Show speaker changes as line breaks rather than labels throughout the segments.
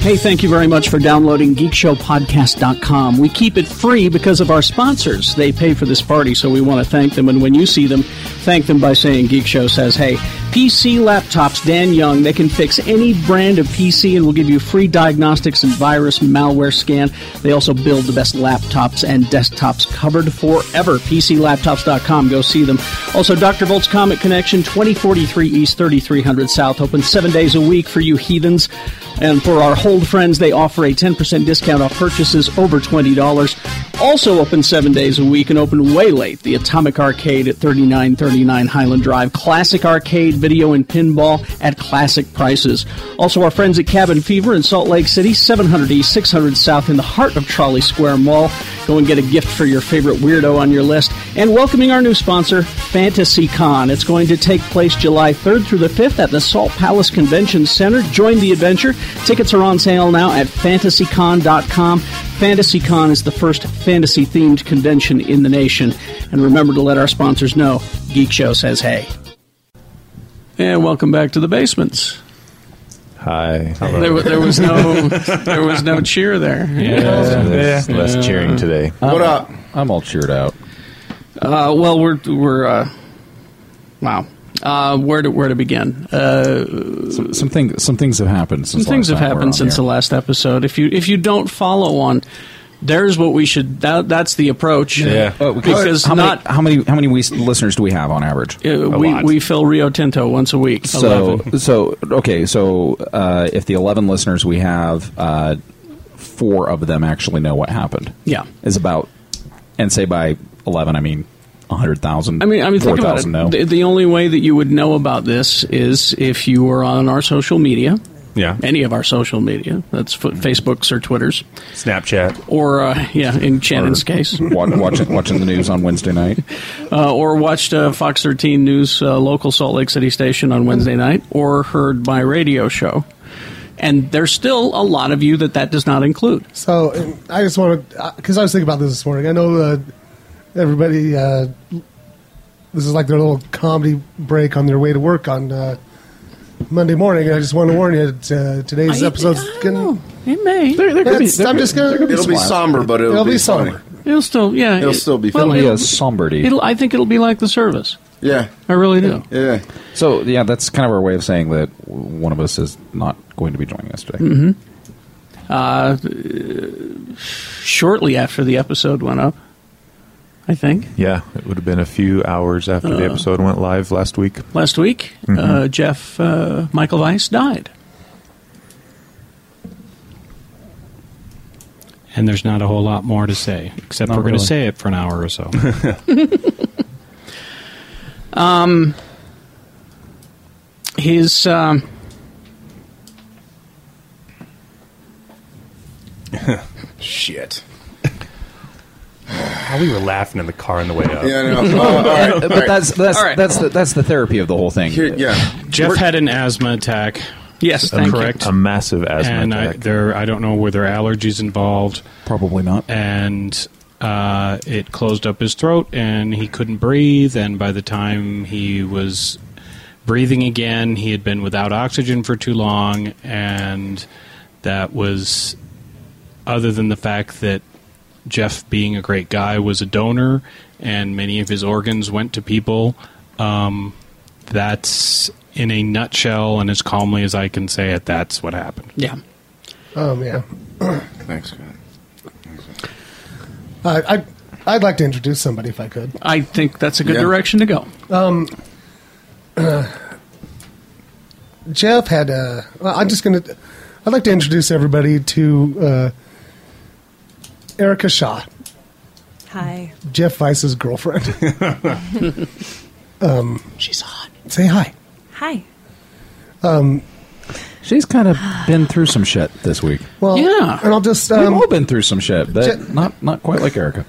Hey, thank you very much for downloading geekshowpodcast.com. We keep it free because of our sponsors. They pay for this party, so we want to thank them. And when you see them, thank them by saying Geek Show says, hey, PC laptops, Dan Young, they can fix any brand of PC and will give you free diagnostics and virus malware scan. They also build the best laptops and desktops covered forever. PCLaptops.com. Go see them. Also, Dr. Volt's Comet Connection, 2043 East, 3300 South, open seven days a week for you heathens. And for our hold friends, they offer a 10% discount off purchases over $20. Also open seven days a week and open way late. The Atomic Arcade at 3939 Highland Drive. Classic arcade, video, and pinball at classic prices. Also our friends at Cabin Fever in Salt Lake City, 700 East, 600 South in the heart of Trolley Square Mall. Go and get a gift for your favorite weirdo on your list. And welcoming our new sponsor, Fantasy Con. It's going to take place July 3rd through the 5th at the Salt Palace Convention Center. Join the adventure. Tickets are on sale now at fantasycon.com. FantasyCon is the first fantasy themed convention in the nation. And remember to let our sponsors know Geek Show says hey. And welcome back to the basements.
Hi.
There, wa- there was no there was no cheer there.
Less, less cheering today.
What up?
I'm all cheered out.
Uh, well, we're we're uh, wow. Uh, where to where to begin? Uh,
Some, some, thing, some things have happened.
some
Since
things have
last time we were on
happened since
here.
the last episode. If you if you don't follow on, there's what we should. That, that's the approach.
Yeah.
Oh, we-
because
how
not
many, how many how many we, listeners do we have on average?
Uh, we, we fill Rio Tinto once a week.
so
11.
so okay. So uh, if the eleven listeners we have, uh, four of them actually know what happened.
Yeah.
is about and say by eleven I mean hundred thousand.
I mean, I mean,
four
think about it.
thousand. No,
The, the only way that you would know about this is if you were on our social media,
Yeah.
any of our social media. That's fo-
Mm-hmm.
Facebooks or Twitters,
Snapchat.
or uh, yeah, in Shannon's case,
Wa- watching watching the news on Wednesday night.
uh, or watched uh, Fox 13 News uh, local Salt Lake City station on Wednesday night, or heard my radio show. And there's still a lot of you that that does not include.
So and I just want to, because I was thinking about this this morning. I know uh, everybody, uh, this is like their little comedy break on their way to work on uh, Monday morning. I just want to warn you, uh, today's
I-
episode's
I don't
gonna.
know. It may.
It's- I'm just gonna.
It'll be
Splash.
somber, but it'll,
It'll
be,
be
funny.
somber.
It'll still, yeah.
It'll still be
well,
fun.
Yeah,
it'll-
somberty.
It'll, I think it'll be like the service.
Yeah,
I really do.
yeah.
So yeah, that's kind of our way of saying that w- one of us is not going to be joining us today.
Uh, Shortly after the episode went up, I think
Yeah, it would have been a few hours after
Uh.
the episode went live last week.
last week,
Mm-hmm.
uh, Jeff uh, Michael Weiss died.
and there's not a whole lot more to say except
Not
we're going
really.
to say it for an hour or so.
Um, His um,
Shit.
Oh, we were laughing in the car on the way up.
Yeah, no. Uh, all right, all
But
right.
that's that's
All right.
that's the, that's the therapy of the whole thing.
Here, yeah.
Jeff had an asthma attack,
yes, thank
correct.
A massive asthma
and I,
attack.
there I don't know were there allergies involved,
Probably not.
and uh, it closed up his throat, and he couldn't breathe. And by the time he was breathing again, he had been without oxygen for too long, and that was other than the fact that Jeff, being a great guy, was a donor, and many of his organs went to people. Um, that's in a nutshell, and as calmly as I can say it, that's what happened.
you. Yeah.
Um, yeah.
Thanks, God.
Uh, I, I'd like to introduce somebody if I could. Um,
I think that's a good
Yeah.
direction to go.
uh, Jeff had a. Well, I'm just going to. I'd like to introduce everybody to uh, Erica Shaw,
Hi.
Jeff Weiss's girlfriend. Um,
She's hot.
Say hi.
Hi.
Um,
She's kind of been through some shit this week.
Well,
Yeah.
And I'll just.
We've
Um,
all been through some shit, but
Je-
not not quite like Erica.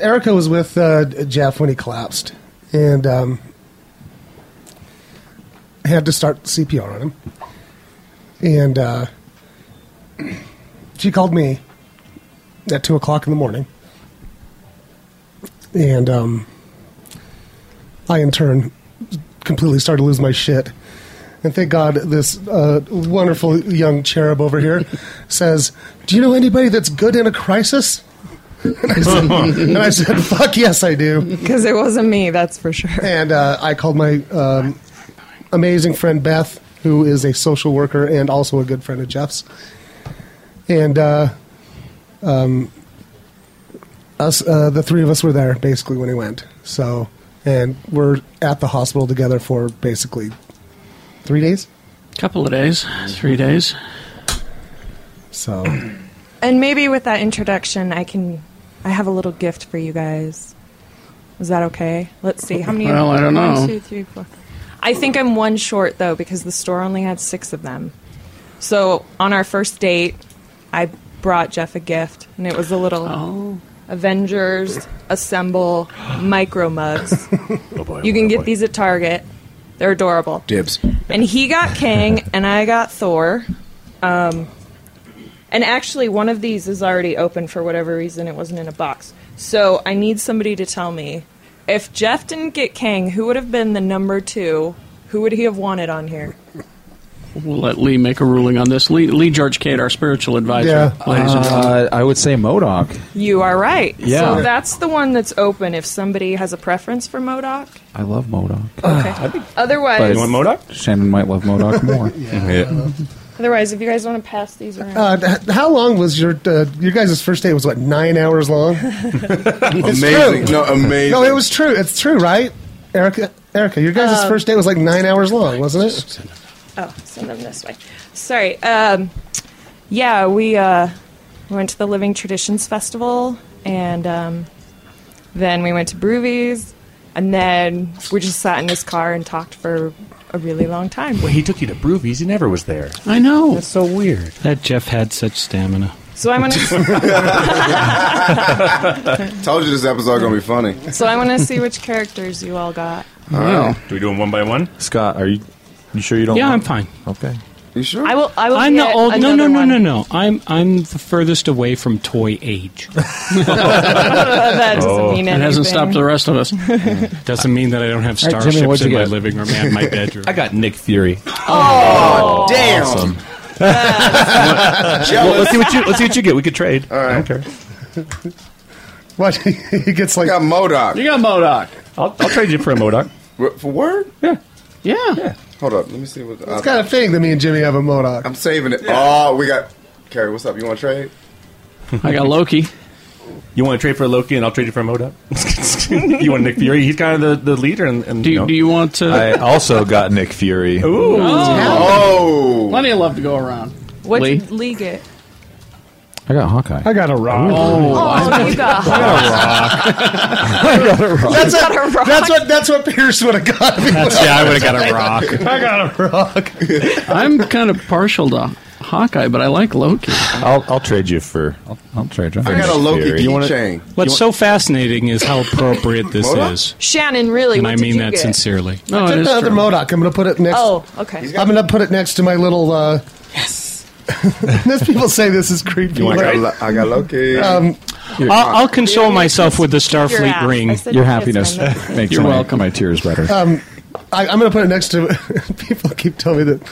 Erica was with uh, Jeff when uh, he collapsed, and um, had to start CPR on him. And uh, she called me at two o'clock in the morning, and um, I in turn completely started to lose my shit. And thank God this uh, wonderful young cherub over here says, "Do you know anybody that's good in a crisis?" And I said, and I said "Fuck yes, I do."
Because it wasn't me, that's for sure.
And uh, I called my um, amazing friend Beth, who is a social worker and also a good friend of Jeff's. And uh, um, us, uh, the three of us were there basically when he went. So, and we're at the hospital together for basically three days.
Couple of days, three days.
So,
And maybe with that introduction, I can. I have a little gift for you guys. Is that okay? Let's see. How many?
Well, I don't know.
One, two, three, four. I think I'm one short, though, because the store only had six of them. So on our first date, I brought Jeff a gift, and it was a little
Oh.
Avengers Assemble micro mugs.
Oh,
You can get these at Target. They're adorable.
Dibs.
And he got King, and I got Thor. Um, and actually, one of these is already open for whatever reason. It wasn't in a box. So I need somebody to tell me if Jeff didn't get King, who would have been the number two? Who would he have wanted on here?
We'll let Lee make a ruling on this. Lee, Lee George Cade, our spiritual advisor,
Yeah.
ladies and gentlemen.
Uh, I would say Modoc.
You are right.
Yeah.
So that's the one that's open if somebody has a preference for Modoc.
I love Modoc.
Okay. Otherwise,
You want
Modoc?
Shannon might love Modoc more.
Yeah.
otherwise, if you guys want to pass these around,
uh, h- how long was your uh, your guys' first date? Was what nine hours long?
Amazing.
true.
No, amazing.
No, it was true. It's true, right, Erica? Erica, your guys'
Um,
first date was like nine hours long, wasn't it?
Oh, send them this way. Sorry. Um, yeah, we uh, went to the Living Traditions Festival, and um, then we went to Broovies, and then we just sat in this car and talked for a really long time.
Well, he took you to Broovies. He never was there.
I know.
That's so weird.
That Jeff had such stamina.
So I'm gonna,
Told you this episode gonna be funny.
so I want to see which characters you all got.
Wow.
Do we do them one by one?
Scott, are you you sure you don't?
Yeah, I'm
want-
fine.
Okay.
You sure?
I will. I will.
I'm the
get
old. No,
another
no, no,
one.
no, no. I'm I'm the furthest away from toy age.
that doesn't
Oh.
mean anything.
It hasn't stopped the rest of us.
Doesn't mean that I don't have
All right, Jimmy,
starships
what'd you
in my
get?
living room and my bedroom.
I got Nick Fury.
Oh,
Oh,
Damn.
Well,
Jealous.
let's see what you let's see what you get. We could trade. All
right.
I don't care.
What he gets like
I got Modoc.
You got Modoc.
I'll, I'll trade you for a Modoc.
Wh- For word?
Yeah.
Hold up. Let me see what.
It's kind of fitting that me and Jimmy have a Modoc.
I'm saving it. Oh, we got. Carrie, what's up? You want to trade?
I got Loki.
You want to trade for a Loki, and I'll trade you for a Modoc. you want Nick Fury? He's kind of the, the leader, and, and
Do,
you know.
do you want to?
I also got Nick Fury.
Oh.
plenty of love to go around.
What
Lee?
did Lee get?
I got Hawkeye.
I got a rock.
Oh, you got.
that's,
got a rock.
that's what that's what Pierce would have got. Me.
yeah, I would have got a rock.
I got a rock.
I'm kind of partial to Hawkeye, but I like Loki.
I'll I'll trade you for. I'll,
I'll trade you.
I got a Loki
Fury. You wanna-
keychain.
What's so fascinating is how appropriate this
Modoc?
is,
Shannon, really?
and
what
I
did
mean
you
that
get?
sincerely.
No,
I
it
took
is
the other
true.
Modoc. I'm gonna put it next.
Oh, okay.
I'm gonna put it next to my little. uh Most people say this is creepy.
I
but-
got, Lo- I got Loki. Um,
I'll, I'll console
You're-
myself with the
Your
Starfleet
ass. I
ring.
said
Your
kiss
happiness
my lips.
makes
You're
my,
welcome.
my tears better.
Um, I, I'm gonna put it next to. people keep telling me that.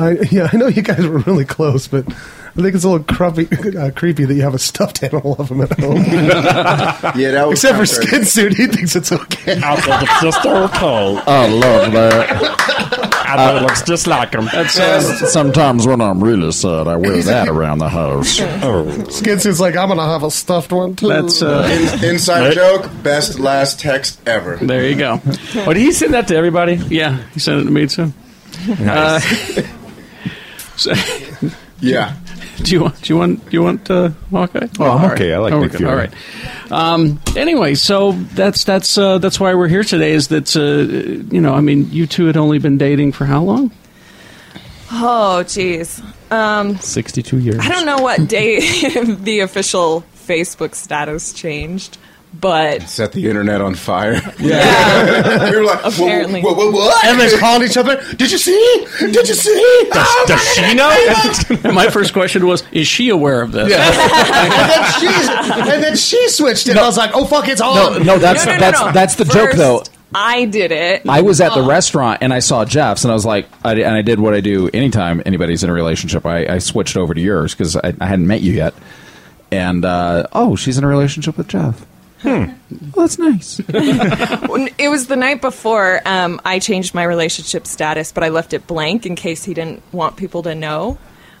I, yeah, I know you guys were really close, but I think it's a little creepy, uh, creepy that you have a stuffed animal of him at home.
yeah, that was
Except for
kinda
skin suit, he thinks it's okay.
I love that.
I looks Uh, just like him. That's
uh, Sometimes when I'm really sad, I wear that around the house.
Oh.
Skin suit's like I'm gonna have a stuffed one too.
That's uh,
crazy. In- inside joke. Best last text ever.
there. You go.
Oh, did he send that to everybody?
Yeah, he sent it to me too. Uh,
Nice.
So,
Yeah.
do you want? Do you want? Do you want uh, Hawkeye?
Oh, I'm
All right.
okay. I like
Oh, we're
Nick
good.
Fury.
All right. Um, anyway, so that's that's uh, that's why we're here today. Is that uh, you know? I mean, you two had only been dating for how long?
Oh, jeez. Um,
Sixty-two years.
I don't know what day the official Facebook status changed, but
Set the internet on fire.
yeah,
You're like, "Wha- wha-
Apparently.
wha- wha- what?
And they're calling each other. Did you see? Did you see? Oh,
Does she know?
My first question was, is she aware of this?
and then she and then she switched it. I was like, oh fuck, it's on.
No, no, that's
No, no, no,
that's
no.
that's the joke
First, Oh.
though.
I did it.
I was at the restaurant and I saw Jeff's and I was like, I, and I did what I do anytime anybody's in a relationship. I, I switched over to yours because I, I hadn't met you yet. And uh, oh, she's in a relationship with Jeff.
Hmm.
Um,
Well, that's nice.
When- It was the night before um, I changed my relationship status, but I left it blank in case he didn't want people to know.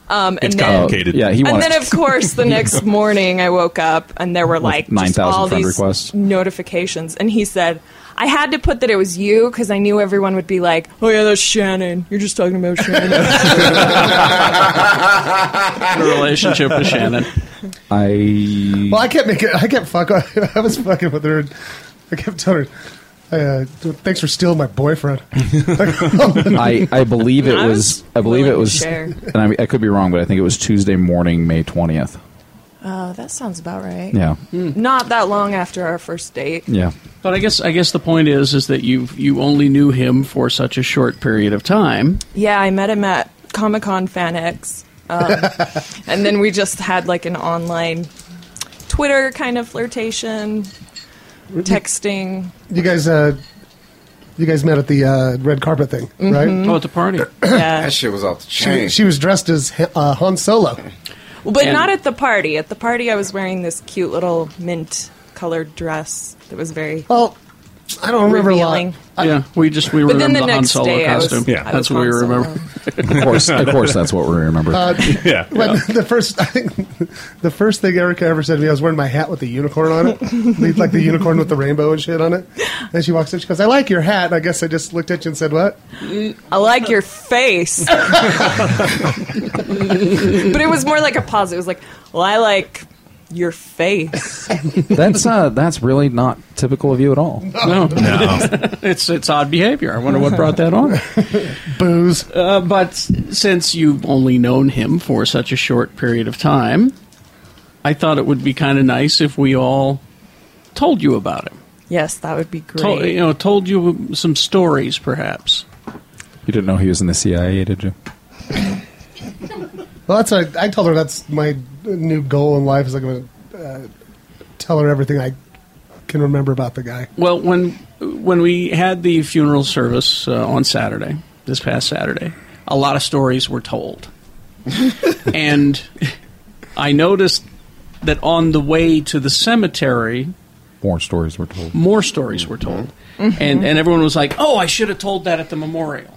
Um, and
It's
then,
complicated.
Yeah, he
and
wants.
then, of course, the next morning I woke up and there were like just
9,000
all
friend
these
requests.
notifications. And he said, I had to put that it was you because I knew everyone would be like, oh, yeah, that's Shannon. You're just talking about Shannon.
a relationship with Shannon.
I
Well, I kept making. I kept fuck. I was fucking with her. I kept telling her. Uh, thanks for stealing my boyfriend.
I, I believe it
I was
was I believe
willing
it
to
was
share.
and I, I could be wrong, but I think it was Tuesday morning, May twentieth.
oh, that sounds about right.
Yeah,
Hmm.
Not that long after our first date.
yeah.
But I guess I guess the point is is that you you only knew him for such a short period of time.
Yeah, I met him at Comic Con FanX. Um, and then we just had like an online Twitter kind of flirtation,
Mm-hmm.
texting.
You guys, uh, you guys met at the uh, red carpet thing, right?
Oh, at the party.
Yeah.
That shit was off the
She,
chain.
she was dressed as uh, Han Solo.
But
And-
not at the party. At the party, I was wearing this cute little mint colored dress that was very.
Well, I don't remember a
Revealing.
lot.
yeah, we just we
But then the
remember the Han
next
Solo
day, I
costume.
was.
Yeah.
I was
that's what we
Han Solo.
remember.
Of course, of course, that's what we remember.
yeah.
But the first, I think, the first thing Erica ever said to me, I was wearing my hat with the unicorn on it, like the unicorn with the rainbow and shit on it. And she walks up, she goes, "I like your hat." And I guess I just looked at you and said, "What?"
I like your face. but it was more like a pause. It was like, well, I like your face.
that's uh, that's really not typical of you at all.
No, it's it's odd behavior. I wonder what brought that on.
Booze.
Uh, but since you've only known him for such a short period of time, I thought it would be kind of nice if we all told you about him.
Yes, that would be great.
Told, you know, told you some stories, perhaps.
You didn't know he was in the CIA, did you?
Well, that's what I, I told her that's my new goal in life is I'm going to uh, tell her everything I can remember about the guy.
Well, when when we had the funeral service uh, on Saturday, this past Saturday, a lot of stories were told, and I noticed that on the way to the cemetery,
More stories were told.
more stories were told,
Mm-hmm.
and and everyone was like, "Oh, I should have told that at the memorial."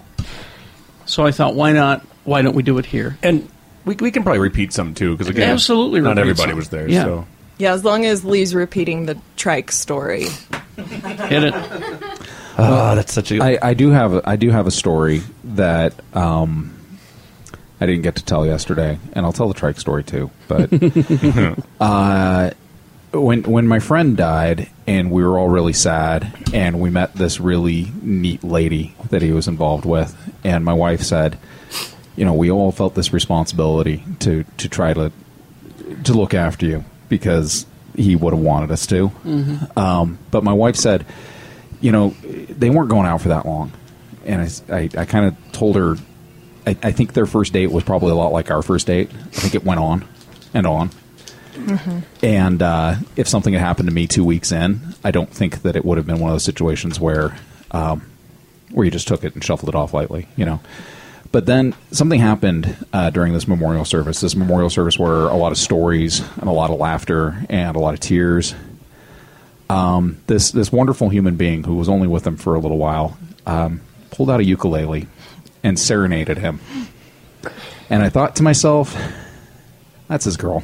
So I thought, why not? Why don't we do it here?
And we, we can probably repeat some too because again,
Absolutely
not
repeat
everybody
some.
was there.
Yeah.
So
Yeah, as long as Lee's repeating the trike story.
Hit it.
oh, that's such a
I, I do have a, I do have a story that um, I didn't get to tell yesterday, and I'll tell the trike story too. But uh, when when my friend died, and we were all really sad, and we met this really neat lady that he was involved with, and my wife said, you know, we all felt this responsibility to to try to to look after you because he would have wanted us to.
Mm-hmm.
Um, but my wife said, you know, they weren't going out for that long. And I s- I, kind of told her, I, I think their first date was probably a lot like our first date. I think it went on and on. And uh, if something had happened to me two weeks in, I don't think that it would have been one of those situations where, um, where you just took it and shuffled it off lightly, you know. But then something happened uh, during this memorial service. This memorial service where a lot of stories and a lot of laughter and a lot of tears Um, this this wonderful human being who was only with him for a little while um, pulled out a ukulele and serenaded him. And I thought to myself, "That's his girl."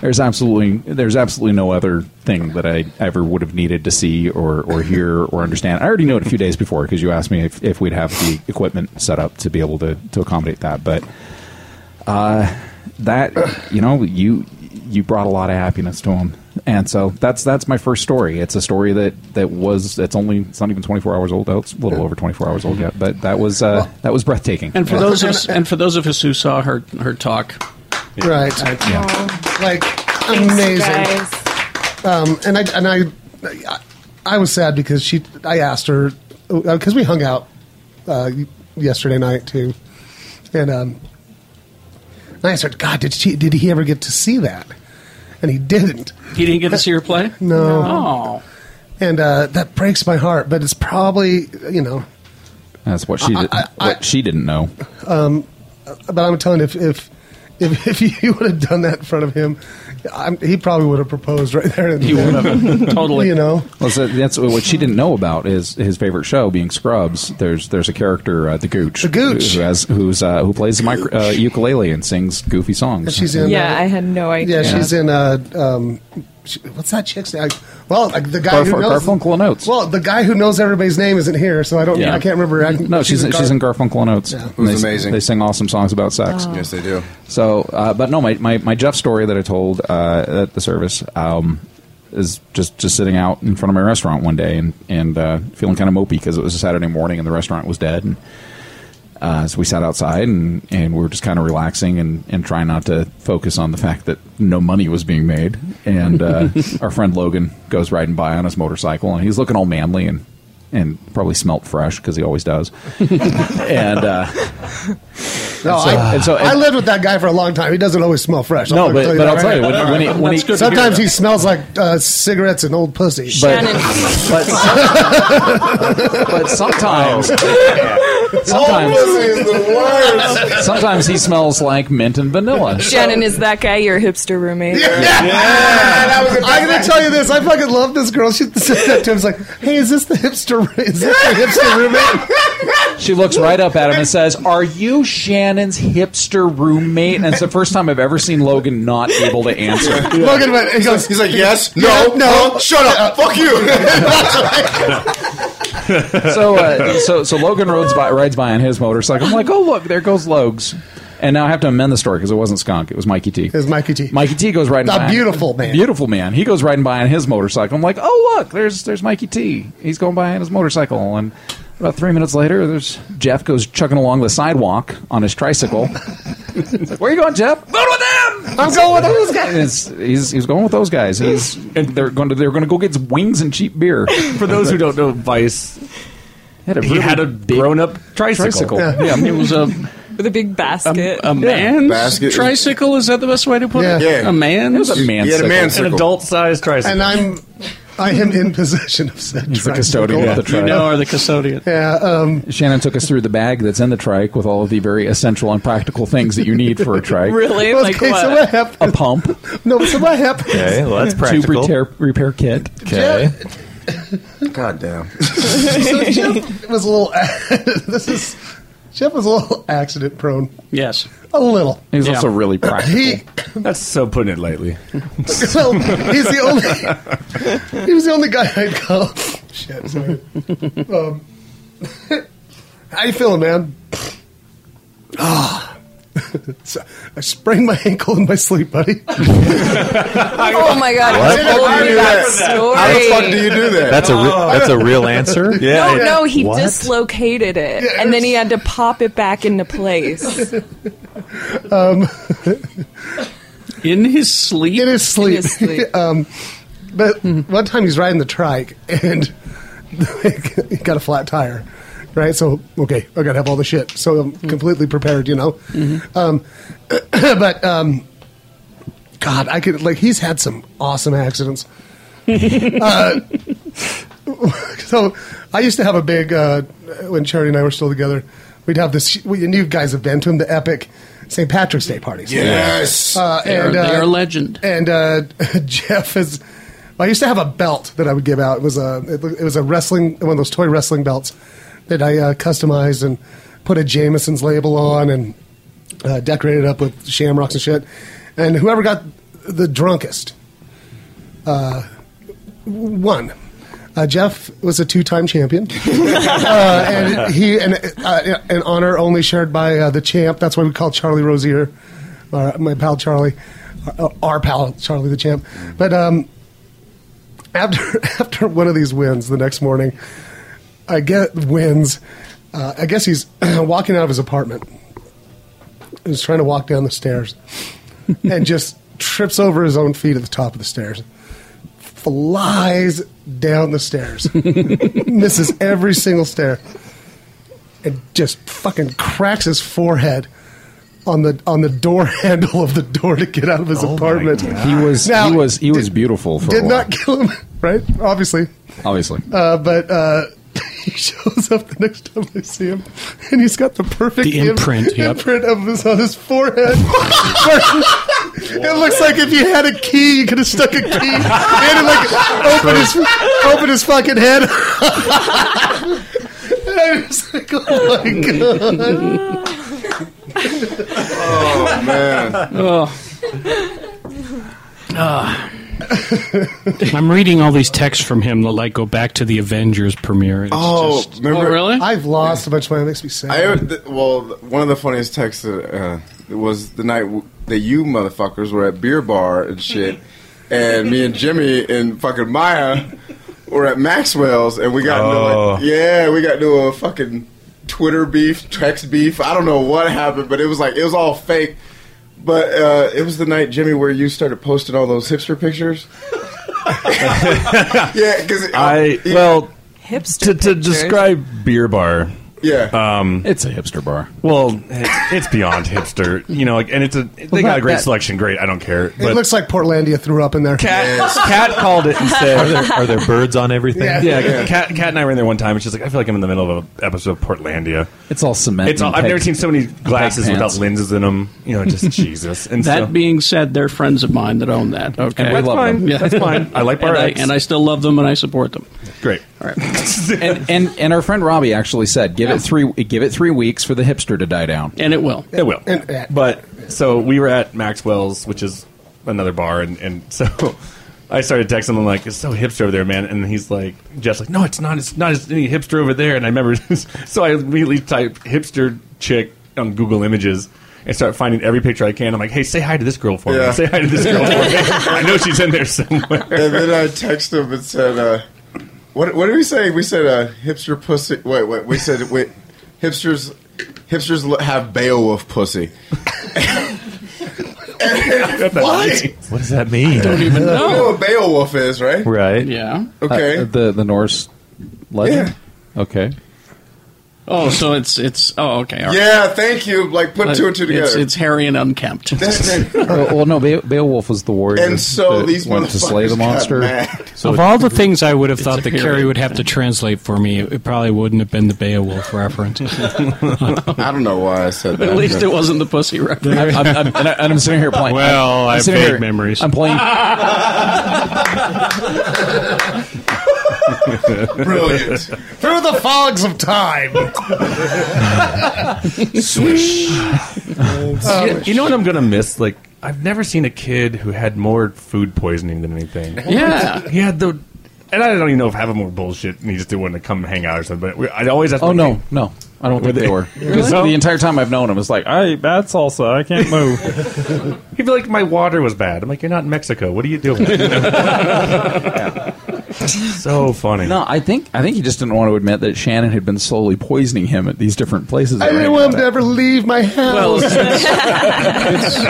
There's absolutely there's absolutely no other thing that I ever would have needed to see or, or hear or understand. I already knew it a few days before because you asked me if, if we'd have the equipment set up to be able to, to accommodate that. But uh, that you know you you brought a lot of happiness to him, and so that's that's my first story. It's a story that that was it's only it's not even 24 hours old. Oh, it's a little over 24 hours old yet, but that was uh, that was breathtaking.
And for those of us, and for those of us who saw her her talk,
Right.
Oh,
Like,
thanks,
amazing.
guys.
Um, and I and I, I was sad because she. I asked her because we hung out uh, yesterday night too, and um, and I asked her, "God, did she? Did he ever get to see that?" And he didn't.
He didn't get to see her play?
No.
Oh.
And uh, that breaks my heart, but it's probably you know
That's what she
I-
did,
I- I-
what she didn't know.
Um, but I'm telling you, if if if, if you would have done that in front of him, I'm, he probably would have proposed right there. And
He
then.
would have. Totally.
You know,
Well, so that's what she didn't know about is his favorite show being Scrubs. There's there's a character uh, the Gooch,
The Gooch.
who has who's uh, who plays the micro, uh, ukulele and sings goofy songs.
she's in.
yeah, I
uh,
had no idea.
yeah, she's in. Uh, um, she, what's that chick's name? I, well, like the guy
Garf-
who knows.
Garfunkel and Oates.
Well, the guy who knows everybody's name isn't here, so I don't. I can't remember. I,
no, she's in,
Gar-
she's in Garfunkel and Oates.
Yeah. Oh.
And
Who's
they s-
amazing.
They sing awesome songs about sex.
Yes, they do.
So, uh, but no, my, my, my Jeff story that I told uh, at the service um, is just, just sitting out in front of my restaurant one day and, and uh, feeling kind of mopey because it was a Saturday morning and the restaurant was dead. And uh, so we sat outside and, and we were just kind of relaxing and, and trying not to focus on the fact that no money was being made. And uh, our friend Logan goes riding by on his motorcycle and he's looking all manly and, and probably smelt fresh because he always does. and. Uh,
No, I,
and so-
I lived with that guy for a long time. He doesn't always smell fresh.
no,
gonna
but, but I'll
that
tell
right
you, when, when he, when he,
That's good to hear.
Sometimes he smells like uh, cigarettes and old pussy.
but,
Shannon,
but, but sometimes, sometimes, sometimes he smells like mint and vanilla.
Shannon is that guy your hipster roommate?
I'm gonna tell you this. I fucking love this girl. She said that to him. It's like, hey, is this the hipster? Is this the hipster roommate?
She looks right up at him and says, "Are you Shannon's hipster roommate?" And it's the first time I've ever seen Logan not able to answer.
Look at him. and He goes,
He's like, yes, no,
Yeah, no.
no, shut up, fuck you.
So, uh, so, so Logan rides by, rides by on his motorcycle. I'm like, "Oh look, there goes Logs." And now I have to amend the story because it wasn't Skunk; it was Mikey T.
"Is Mikey T?
Mikey T goes riding
A
by.
beautiful man.
Beautiful man. He goes riding by on his motorcycle. I'm like, oh look, there's there's Mikey T. He's going by on his motorcycle. And about three minutes later, there's Jeff goes chugging along the sidewalk on his tricycle. It's like, where are you going, Jeff? Going with them. I'm going with those guys. he's he's going with those guys. He's and they're going to they're going to go get wings and cheap beer.
For those who don't know Vice,
had a
he had a grown-up tricycle.
tricycle.
Yeah, it was a,
with a big basket.
a man's
Basket.
tricycle. Is that the best way to put it?
Yeah.
A man's?
It was a man.
he had a man
An adult-sized tricycle.
And I'm, I am in possession of said.
He's the
tricycle.
custodian of the
You
trike.
know, or the custodian.
Yeah. Um,
Shannon took us through the bag that's in the trike with all of the very essential and practical things that you need for a trike.
really? Like
okay. So what
what?
A
happened?
pump,
No. So what happened?
Okay, well, that's
tube
practical.
repair, repair kit.
Okay.
God damn.
So Jeff was a little. this is. Jeff was a little accident prone.
Yes.
A little.
He's
Yeah.
also really practical.
He
That's so putting it lightly.
So he's the only. He was the only guy I'd call. Shit, sorry. Um, how you feeling, man? Ah, So I sprained my ankle in my sleep, buddy.
Oh my god!
What?
he told
How do
me
you do
that
that?
story.
How the fuck do you do that?
That's a re-
Oh.
that's a real answer.
No, no, he
What?
dislocated it,
Yeah,
and then he had to pop it back into place.
Um,
In his sleep?
In his sleep.
his sleep.
um, but one time he's riding the trike and he got a flat tire, right? So okay, I gotta have all the shit. So I'm
Mm-hmm.
completely prepared, you know. Um, but um, God, I could like he's had some awesome accidents. uh, so I used to have a big uh, when Charity and I were still together. We'd have this. We, and you guys have been to them, the epic St. Patrick's Day parties.
Yes.
Uh,
They are-
and, uh,
they are legend.
and uh, Jeff is. I used to have a belt that I would give out. It was a it, it was a wrestling one of those toy wrestling belts that I uh, customized and put a Jameson's label on and uh, decorated up with shamrocks and shit. And whoever got the drunkest uh, won. Uh, Jeff was a two-time champion, uh, and he and uh, an honor only shared by uh, the champ. That's why we call Charlie Rosier, uh, my pal Charlie, uh, our pal Charlie the champ. But um, after after one of these wins, the next morning, I get wins. Uh, I guess he's walking out of his apartment. He was trying to walk down the stairs, and just trips over his own feet at the top of the stairs flies down the stairs, misses every single stair, and just fucking cracks his forehead on the on the door handle of the door to get out of
Oh
his apartment.
He was
Now,
he was he was beautiful for
did
a while,
not kill him, right? Obviously,
obviously.
uh, but uh, he shows up the next time I see him, and he's got the perfect
The imprint,
im-
yep.
imprint of his on his forehead. it looks like if you had a key, you could have stuck a key in and like open his open his fucking head. And I was like, oh my god!
Oh man.
I'm reading all these texts from him that like go back to the Avengers premiere. It's
Oh,
just-
remember?
I've lost a bunch of money. It makes me
I
sad.
ever, th- well, th- one of the funniest texts uh, was the night w- that you motherfuckers were at beer bar and shit, and me and Jimmy and fucking Maya were at Maxwell's, and we got
Oh.
into like, yeah, we got into a fucking Twitter beef, text beef. I don't know what happened, but it was like it was all fake. But uh, it was the night Jimmy where you started posting all those hipster pictures. yeah, because
I well
Hipster.
to, to
pictures.
describe beer bar.
yeah.
um,
It's a hipster bar.
Well, it's, it's beyond hipster, you know. Like, and it's a they got
that-
a great
that-
selection. Great, I don't care.
It
But
looks like Portlandia threw up in there.
Cat, Cat called it and
Are
said,
there, are there birds on everything?
Yeah.
"Yeah, Cat, Cat and I were in there one time, and she's like, I feel like I'm in the middle of an episode of Portlandia.
It's all cement.
It's all,
and
I've never
peg-
seen so many glasses
pants.
without lenses in them. You know, Oh, just Jesus. And
That
so,
being said, they're friends of mine that own that. Okay,
we love them.
Yeah.
that's fine. I like bar
and I,
X.
and I still love them and I support them.
great. All right.
And, and and our friend Robbie actually said, give it three give it three weeks for the hipster to die down.
And it will.
It will.
And- and-
uh, but so we were at Maxwell's, which is another bar, and, and so I started texting him like, "It's so hipster over there, man." And he's like, "Jeff's like, no, it's not. It's not as any hipster over there." And I remember, so I immediately typed "hipster chick" on Google Images. And start finding every picture I can. I'm like, "Hey, say hi to this girl for
Yeah.
me. Say hi to this girl for me. I know she's in there somewhere."
And then I texted him and said, uh, "What? What did we say? We said uh, hipster pussy. Wait, wait. We said wait, hipsters. Hipsters l- have Beowulf pussy.
what?
What does that mean?
You know what Beowulf is, right?
Right?
Yeah.
Okay.
Uh, the the Norse legend. Okay.
Oh, so it's it's oh okay. All right. Uh,
yeah. Thank you. Like put two and two
It's,
together.
it's hairy and unkempt.
well, well, no, Be- Beowulf was the warrior.
and so
that
these
went
motherfuckers
to slay the monster.
got mad.
of all the things I would have thought that
hairy
Carrie would have to translate for me, it, it probably wouldn't have been the Beowulf reference.
I don't know why I said that.
At least it wasn't the pussy reference.
I'm, I'm, I'm, and I- and I'm sitting here playing.
Well,
I'm,
I have
sitting
vague memories.
I'm playing.
brilliant.
Through the fogs of time. Um,
You, you know what I'm gonna miss? Like, I've never seen a kid who had more food poisoning than anything.
yeah.
He had the, and I don't even know if having more bullshit and he just didn't want to come hang out or something. But we, I always have to.
Oh no, no, I don't think they, were. 'Cause
Really?
The entire time I've known him, it's like I
I bad salsa. I can't move. He'd be like, my water was bad. I'm like, you're not in Mexico. What are you doing? so funny.
No, I think I think he just didn't want to admit that Shannon had been slowly poisoning him at these different places.
I didn't want him to ever leave my house.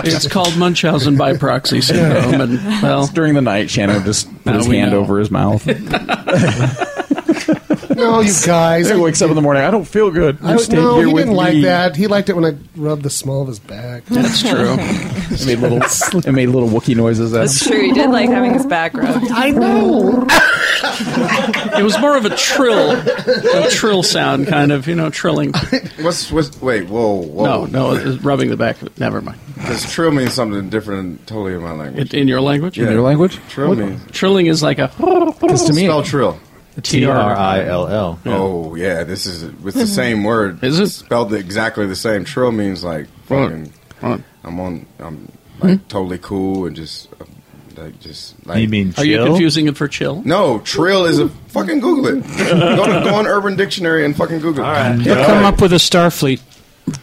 It's called Munchausen by proxy syndrome, and well,
During the night, Shannon would just put
Now
his
we
hand
know.
over his mouth.
no, you guys.
he wakes up in the morning. I don't feel good.
I
You
don't,
stay
no,
here
he
with
didn't like
me."
that. He liked it when I rubbed the small of his back.
that's true.
It made little, it made little Wookie noises. At him.
That's true. He did like having his back rubbed.
I know.
It was more of a trill, a trill sound, kind of you know, trilling.
What's what's? Wait. Whoa.
No,
Whoa.
no, it was rubbing the back. of- Never mind.
Because trill means something different totally in my language.
It, in your language,
In your language?
trill means
trilling is like a
Because to me,
spell trill.
T
R
R I.
I L L.
Oh yeah, this is it's the same word.
Is it?
spelled exactly the same? Trill means like fucking.
Right.
I'm on. I'm like totally cool and just uh, like just like.
You mean chill?
Are you confusing it for chill?
No, trill is a fucking Google it. go, to, go on Urban Dictionary and fucking Google. All right.
Come up with a Starfleet.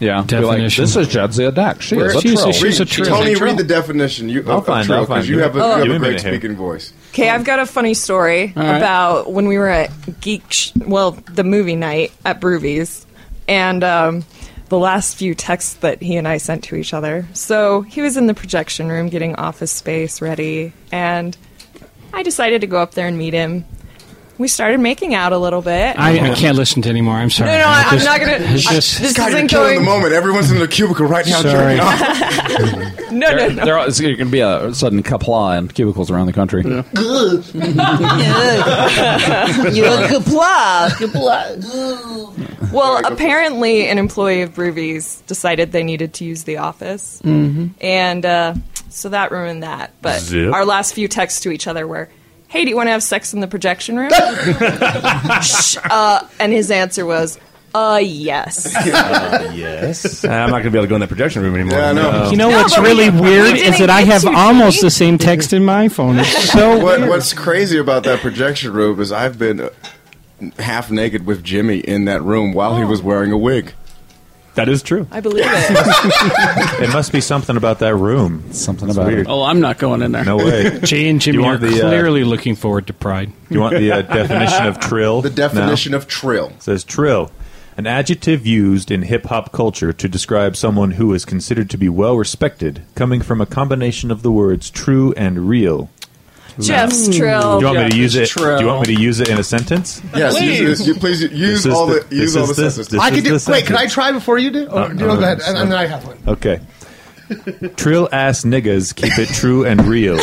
yeah, be like,
Definition.
this is Jadzia Dack. She
Where-
is a
she's a-
troll.
she's- It's trill.
Tony,
It's a trill.
read the definition. You,
I'll
of,
find-
of trill
I'll find
because you
it.
have a,
Oh.
you have a
Give me a
great
minute here.
speaking voice.
Okay, I've got a funny story
right.
about when we were at Geek, sh- well, the movie night at Broovies, and um, the last few texts that he and I sent to each other. So he was in the projection room getting office space ready, and I decided to go up there and meet him. We started making out a little bit.
I, I can't listen to anymore. I'm sorry.
no, no, I, I'm
This-
not gonna.
it's
I-
just-
this
God, you're
isn't
killing
going.
the moment. Everyone's in their cubicle right now.
Sorry.
jerking off.
No, no,
There,
no.
there are, it's going to be a sudden kapla in cubicles around the country.
Well, apparently, an employee of Broovies decided they needed to use the office,
Mm-hmm.
and uh, so that ruined that. But
Zip.
our last few texts to each other were, "Hey, do you want to have sex in the projection room?" Shh, uh, and his answer was, "Uh, yes."
Uh, I'm not going to be able to go in that projection room anymore.
Yeah, I know.
You know
No,
what's
but we-
really
we
weird
didn't
is that I
get
have
you,
almost
see?
the same text in my phone. It's so
What,
weird.
what's crazy about that projection room is I've been uh, half naked with Jimmy in that room while he was wearing a wig.
That is true.
I believe it.
It must be something about that room.
Something about
weird.
it.
Oh, I'm not going in there.
No way.
Jay and Jimmy
You
are
want the, uh,
clearly looking forward to Pride.
You want the uh, definition of trill?
The definition
No?
of trill.
It says trill, an adjective used in hip hop culture to describe someone who is considered to be well respected, coming from a combination of the words true and real.
Jeff's
Do you
trill.
want me to use it?
Trill.
Do you want me to use it in a sentence?
Yes, use, you, please use
This is
all the,
the-
use
this
all
is
the
this-
senses.
this
I
is
could do.
the
Wait,
sentence.
can I try before you do? Or,
Uh,
you know,
uh,
go ahead,
it's
and,
not-
and then I have one.
Okay. Trill ass niggas keep it true and real.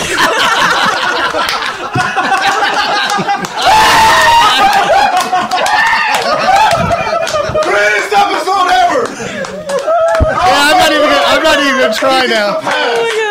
Greatest episode ever!
I'm not even. Gonna, I'm not even gonna try
Oh
now.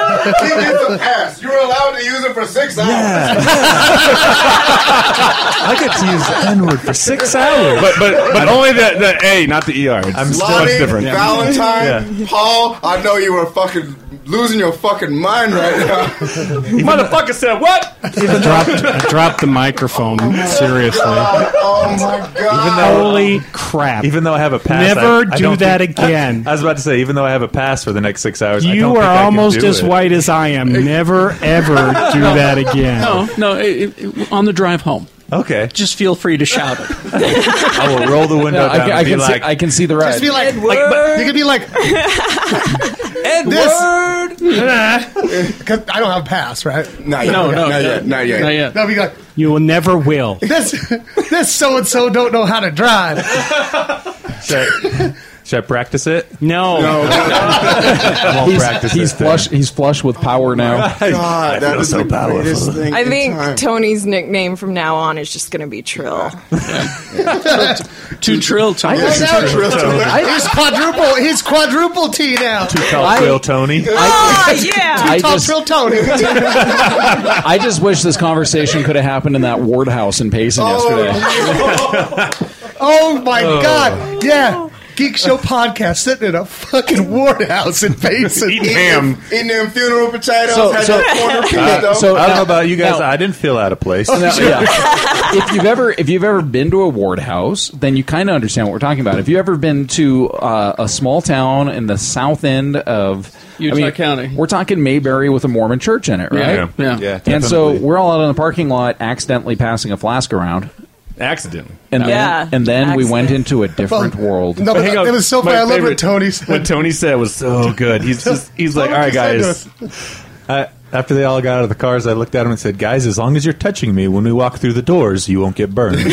He gets a pass. You're allowed to use it for six hours.
I get to use the N word for six hours.
But but but only the, the A, not the ER. It's
I'm still
Lonnie,
different.
Valentine, Paul, I know you are fucking losing your fucking mind right now.
Motherfucker said what?
I dropped, I dropped the microphone. Seriously.
oh my god.
Holy crap.
Even though I have a pass, I- I
Never do
don't
that
think-
again.
I was about to say, even though I have a pass for the next six hours, I don't
You
think I
are
can
almost
do
as
it.
white as I am. Never, ever do that again.
No, no. It, it, on the drive home,
Okay,
just feel free to shout it.
I will roll the window
Yeah, I,
down
can, I
and be
can
like,
see, I can see the
Just
ride.
be like, like but you could be like Edward. Because I don't have a pass, right?
Not yet.
No, no,
not
no.
yet. Not yet.
Not yet.
That'd be like
You will never will.
this. This so and so don't know how to drive.
should, I, should I practice it?
No.
I won't practice
He's, he's
it.
flush. He's flush with power now.
God, that was
so
the greatest thing.
I
in
think
time.
Tony's nickname from now on is just going to be Trill.
Two trill
I
times.
know now. He's quadruple. He's quadruple T now.
You call Trill Tony.
oh yeah.
I
Tall
just,
trill Tony.
I just wish this conversation could have happened in that ward house in Payson yesterday.
Oh my god! Yeah, Geek Show podcast sitting in a fucking ward house in Basin.
Eating ham.
Eating them funeral potatoes,
So-
had
so-
that corner pizza. though.
So
I don't know about you guys.
No.
I didn't feel out of place.
Now, yeah. if you've ever if you've ever been to a ward house, then you kind of understand what we're talking about. If you've ever been to uh, a small town in the south end of
Utah County.
we're talking Mayberry with a Mormon church in it, right?
Yeah. Yeah.
Yeah,
And so
definitely.
we're all out in the parking lot, accidentally passing a flask around,
Accidentally.
and then
Yeah.
and then we went
Accident.
into a different world.
No, but it was so
my
funny. I love
favorite-
what Tony
What
said.
Tony said was so good. He's just he's like, all right, guys.
I, after they all got out of the cars, I looked at them and said, "Guys, as long as you're touching me when we walk through the doors, you won't get burned."
we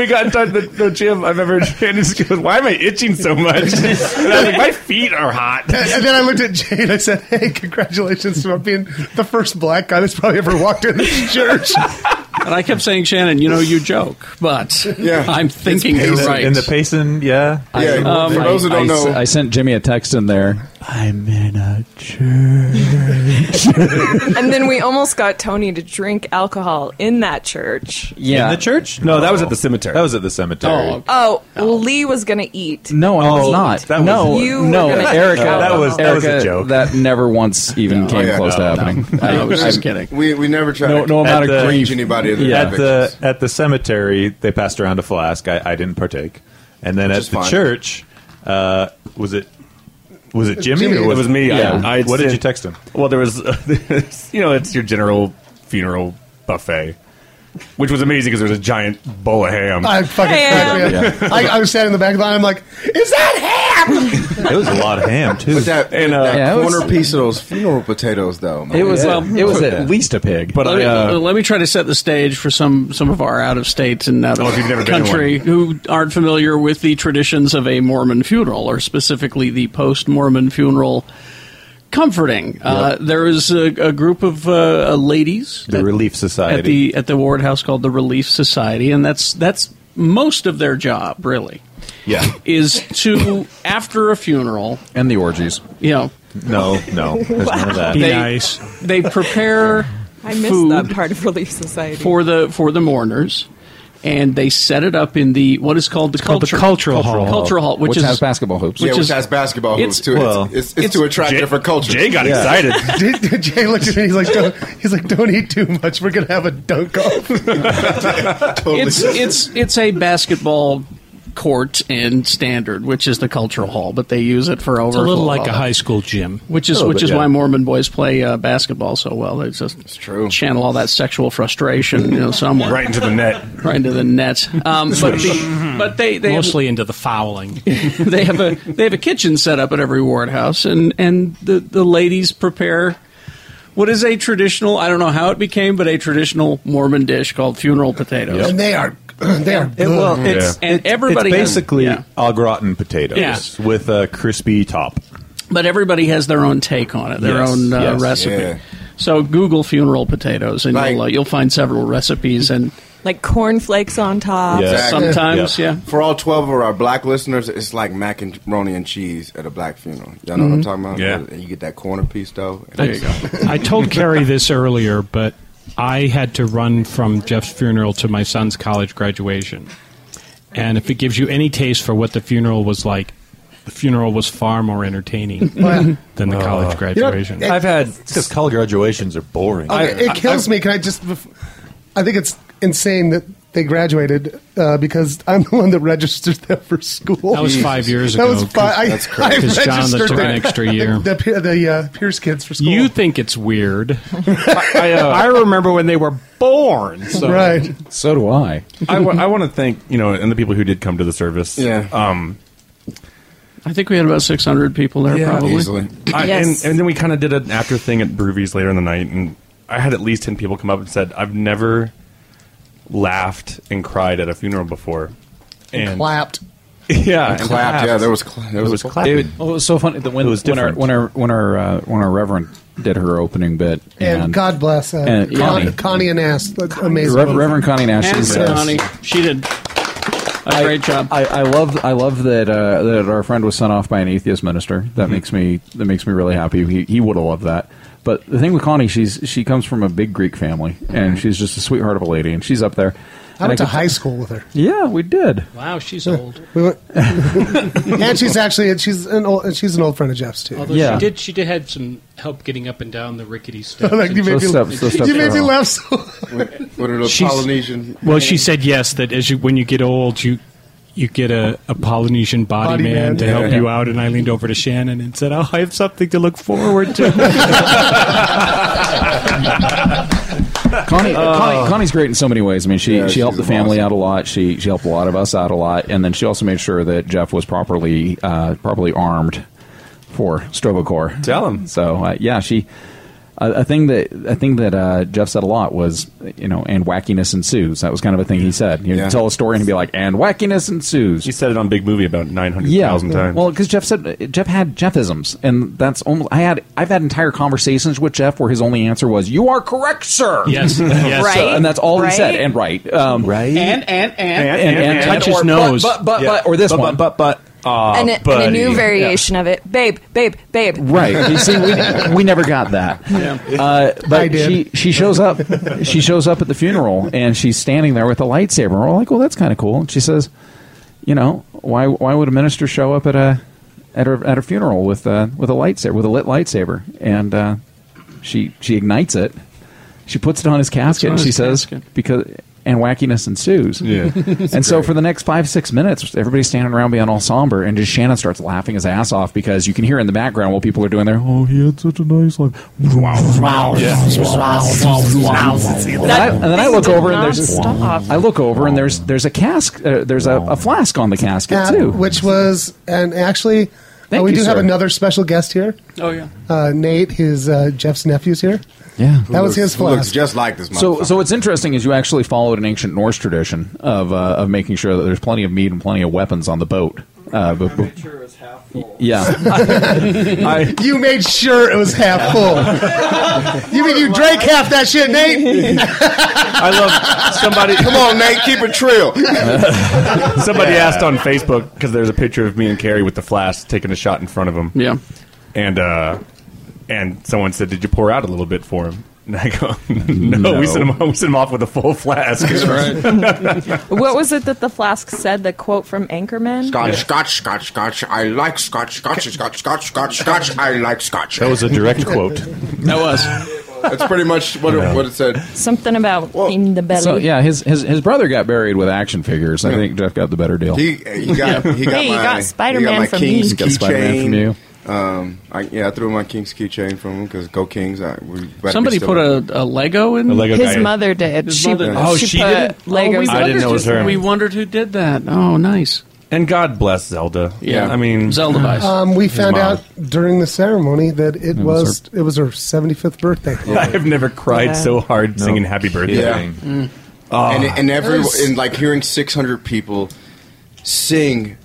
we got in touch with the gym. I've ever and he just goes, why am I itching so much? And I was like, my feet are hot.
And and then I looked at Jay and I said, "Hey, congratulations on being the first black guy that's probably ever walked in this church."
And I kept saying, Shannon, you know, you joke, but
Yeah.
I'm thinking you're
Payson.
right.
In the Payson, yeah.
yeah,
Um,
for those who
I,
don't
s-
know,
I sent Jimmy a text in there. I'm in a church.
And then we almost got Tony to drink alcohol in that church.
Yeah,
In the church?
No, that was at the cemetery.
That was at the cemetery.
Oh,
Oh, Lee was going to eat.
No, I was not.
that was-
no,
You
no,
were gonna-
Erica.
No,
that was- that was a
Erica,
joke.
That never once even came
Oh, yeah,
close to
no,
happening.
I was just
I-
kidding.
we, we never tried
no,
to
no amount
At
of
the-
change
grief.
anybody other
At
than
the
victims.
at the cemetery, they passed around a flask. I, I didn't partake. And then
Which
at
is
the
fine.
church, uh, was it was it Jimmy?
Jimmy.
Or
It was me.
Yeah.
I, I had
What did
sent-
you text him?
Well, there was, you know, it's your general funeral buffet. which was amazing because there was a giant bowl of ham.
I fucking
Ham.
cracked me up. I, I was standing in the back of the line. I'm like, is that ham?
It was a lot of ham too.
But that,
And, uh,
that
Yeah, it was-
corner piece of those funeral potatoes, though. man.
It was
Yeah.
it was
Yeah.
at least a pig.
but
Let
I,
me,
uh,
let me try to set the stage for some, some of our out of state and out of
Oh, if you've never been to
country who aren't familiar with the traditions of a Mormon funeral, or specifically the post Mormon funeral comforting. Uh, there is a, a group of uh, ladies
the
at-
Relief Society.
at the at the Ward House called the Relief Society, and that's that's most of their job really
yeah.
is to after a funeral,
and the orgies.
you know,
No, no. There's none of that.
Be
They-
nice.
they prepare
I missed
food
that part of Relief Society.
for the for the mourners. And they set it up in the what is called the,
called the
culture,
cultural hall.
cultural hall, which,
Which,
is
has basketball hoops.
yeah,
which
which
is-
has basketball hoops
it's-
too. It's-
well,
it's, it's, to attract
Jay-
different cultures.
Jay got excited.
Jay looked at me. He's like, don't, he's like, don't eat too much. We're gonna have a dunk off.
Totally.
it's it's it's a basketball court in standard, which is the cultural hall, but they use it for over
It's a little like a high school gym.
which is
little
which
bit,
is
yeah.
why Mormon boys play uh, basketball so well. They just
true.
channel all that sexual frustration, you know, somewhere
right
right,
into the net. Mm-hmm.
into the net. Um, but the, but they they have-
Mostly into the fouling.
they have a they have a kitchen set up at every ward house, and and the the ladies prepare what is a traditional I don't know how it became, but a traditional Mormon dish called funeral potatoes.
And they are, they are.
It-
good.
well, it's,
Mm, Yeah. And
it's-
everybody
it's
has-
basically
yeah.
au gratin potatoes
Yeah.
with a crispy top.
But everybody has their own take on it, their
Yes,
own uh,
yes,
recipe.
yeah.
So Google funeral potatoes, and
Like-
you'll uh, you'll find several recipes, and
like cornflakes on top.
Yeah.
Exactly.
sometimes
Yeah.
yeah.
For all 12 of our black listeners, it's like macaroni and cheese at a black funeral. Y'all know
Mm-hmm.
what I'm talking about?
Yeah.
And you get that corner piece, though. and
There you go.
I told Carrie this earlier, but I had to run from Jeff's funeral to my son's college graduation. And if it gives you any taste for what the funeral was like, the funeral was far more entertaining
Well,
than the college graduation.
it-
I've had because college graduations are boring.
Okay, it kills me. Can I just? bef- I think it's insane that they graduated uh, because I'm the one that registered them for school.
That was five years
That
ago,
was
'cause-
five. I,
that's
I
correct.
'Cause
registered
Jonathan took
the,
an extra year.
The, the, the, uh, Pierce kids for school.
you think it's weird. I, uh, I remember when they were born. So.
right?
So do I.
I want to thank you know and the people who did come to the service.
Yeah.
Um.
I think we had about six hundred people there, probably.
Easily.
I,
Yes.
and, and then we kind of did an after thing at Broovies later in the night, and I had at least ten people come up and said, "I've never laughed and cried at a funeral before." And
Clapped.
yeah, and
Clapped. Yeah, there was, cla- there was,
was
cla-
clapping.
It, well, it was so funny that when,
It was
when our
different.
when our when our uh, when our reverend did her opening bit
And, God bless uh,
and
Con-
Connie.
Connie. and Ass. That's amazing.
Reverend, Reverend Connie Nash
And
is-
Connie, she did a great job.
I, I love I love that uh, that our friend was sent off by an atheist minister. That makes me that makes me really happy. He, he would have loved that. But the thing with Connie, she's she comes from a big Greek family, and she's just a sweetheart of a lady, and she's up there.
I
And
went to
could-
high school with her.
Yeah, we did.
Wow, she's old.
We went, and she's actually she's an old and she's an old friend of Jeff's too.
Although
Yeah.
she did, she did had some help getting up and down the rickety steps.
Like, you
And-
made
Those
me,
steps- those steps
you made
are
me
wrong.
laugh. So
with a little
She's-
Polynesian.
well, she said yes. That as you when you get old, you you get a, a Polynesian body,
Body
man,
man,
to
yeah.
help you out. And I leaned over to Shannon and said, "Oh, I have something to look forward to."
Connie,
Uh,
Connie Connie's great in so many ways. I mean, she,
Yeah,
she helped the
she's
family
awesome.
out a lot. She she helped a lot of us out a lot, and then she also made sure that Jeff was properly uh, properly armed for Strobocor.
Tell him.
So uh, yeah, she. A, a thing that a thing that uh, Jeff said a lot was, you know, and wackiness ensues. That was kind of a thing he said. You'd
Yeah.
tell a story and he'd be like, and wackiness ensues.
He said it on Big Movie about nine hundred
Yeah,
thousand times.
well, because Jeff said Jeff had Jeffisms, and that's almost I had I've had entire conversations with Jeff where his only answer was, "You are correct, sir."
yes, yes.
Right.
So- and that's all
Right.
he said. And right, um, right,
and and and,
and, and,
and touch his
or,
nose.
But but, but, but or this one,
but but uh,
and, a, and a new variation of it. Babe, babe, babe.
right. You see, we, we never got that. Uh, but
I did.
she she shows up, she shows up at the funeral, and she's standing there with a lightsaber. We're like, well, that's kind of cool. And she says, you know, why why would a minister show up at a at a, at a funeral with a with a lightsaber with a lit lightsaber? And uh, she she ignites it. She puts it on his casket,
on
and she
his
says
casket.
because. and wackiness ensues.
Yeah.
and so for the next five, six minutes, everybody's standing around being all somber, and just Shannon starts laughing his ass off because you can hear in the background what people are doing there. Oh, he had such a nice life. And, I, and then I look over and there's
stop.
I look over and there's there's a cask uh, there's a, a flask on the casket
Yeah,
too.
Uh, which was and actually
Thank
uh, we
you,
do have
sir.
another special guest here.
Oh yeah.
Uh, Nate, his uh, Jeff's nephew's here.
yeah.
That was his
Who looks
flask.
just like this.
So,
motherfucker.
so what's interesting is you actually followed an ancient Norse tradition of uh, of making sure that there's plenty of meat and plenty of weapons on the boat. Uh, but, but- yeah,
You made sure it was half full. you mean you drank half that shit, Nate?
I love somebody.
Come on, Nate, keep it trill.
Somebody asked on Facebook because there's a picture of me and Carrie with the flask taking a shot in front of him.
Yeah.
and uh, and someone said, "Did you pour out a little bit for him?" And I go, "No, we sent him we sent him off with a full flask."
What was it that the flask said? The quote from Anchorman.
Scotch, scotch, scotch, scotch. I like scotch, scotch, scotch, scotch, scotch, scotch. I like scotch.
That was a direct quote.
That was.
That's pretty much what it, what it said.
Something about in the belly.
so yeah, his, his his brother got buried with action figures. I think Jeff got the better deal.
He, he got he got
Hey, you
my,
got Spider-Man
he got my
from
King's
me.
Got Spider-Man
keychain.
from you.
Um, I, yeah, I threw my King's keychain from him because go Kings. I, we better be
Somebody
still-
put a, a Lego in.
Lego
His
guy.
mother did.
His
she,
mother did.
Oh,
she,
she
put
did?
Legos.
we
in
I didn't
wondered
know it was
who-
her.
We wondered who did that. Oh, nice. Uh,
and God bless Zelda.
Yeah.
I mean,
Zelda Vice.
Um, we found
mom.
out during the ceremony that it, was,
was
it was her 75th birthday.
I have never cried
Yeah.
so hard singing "Happy Birthday." Ah.
Yeah. and, and every
There's-
and like hearing 600 people sing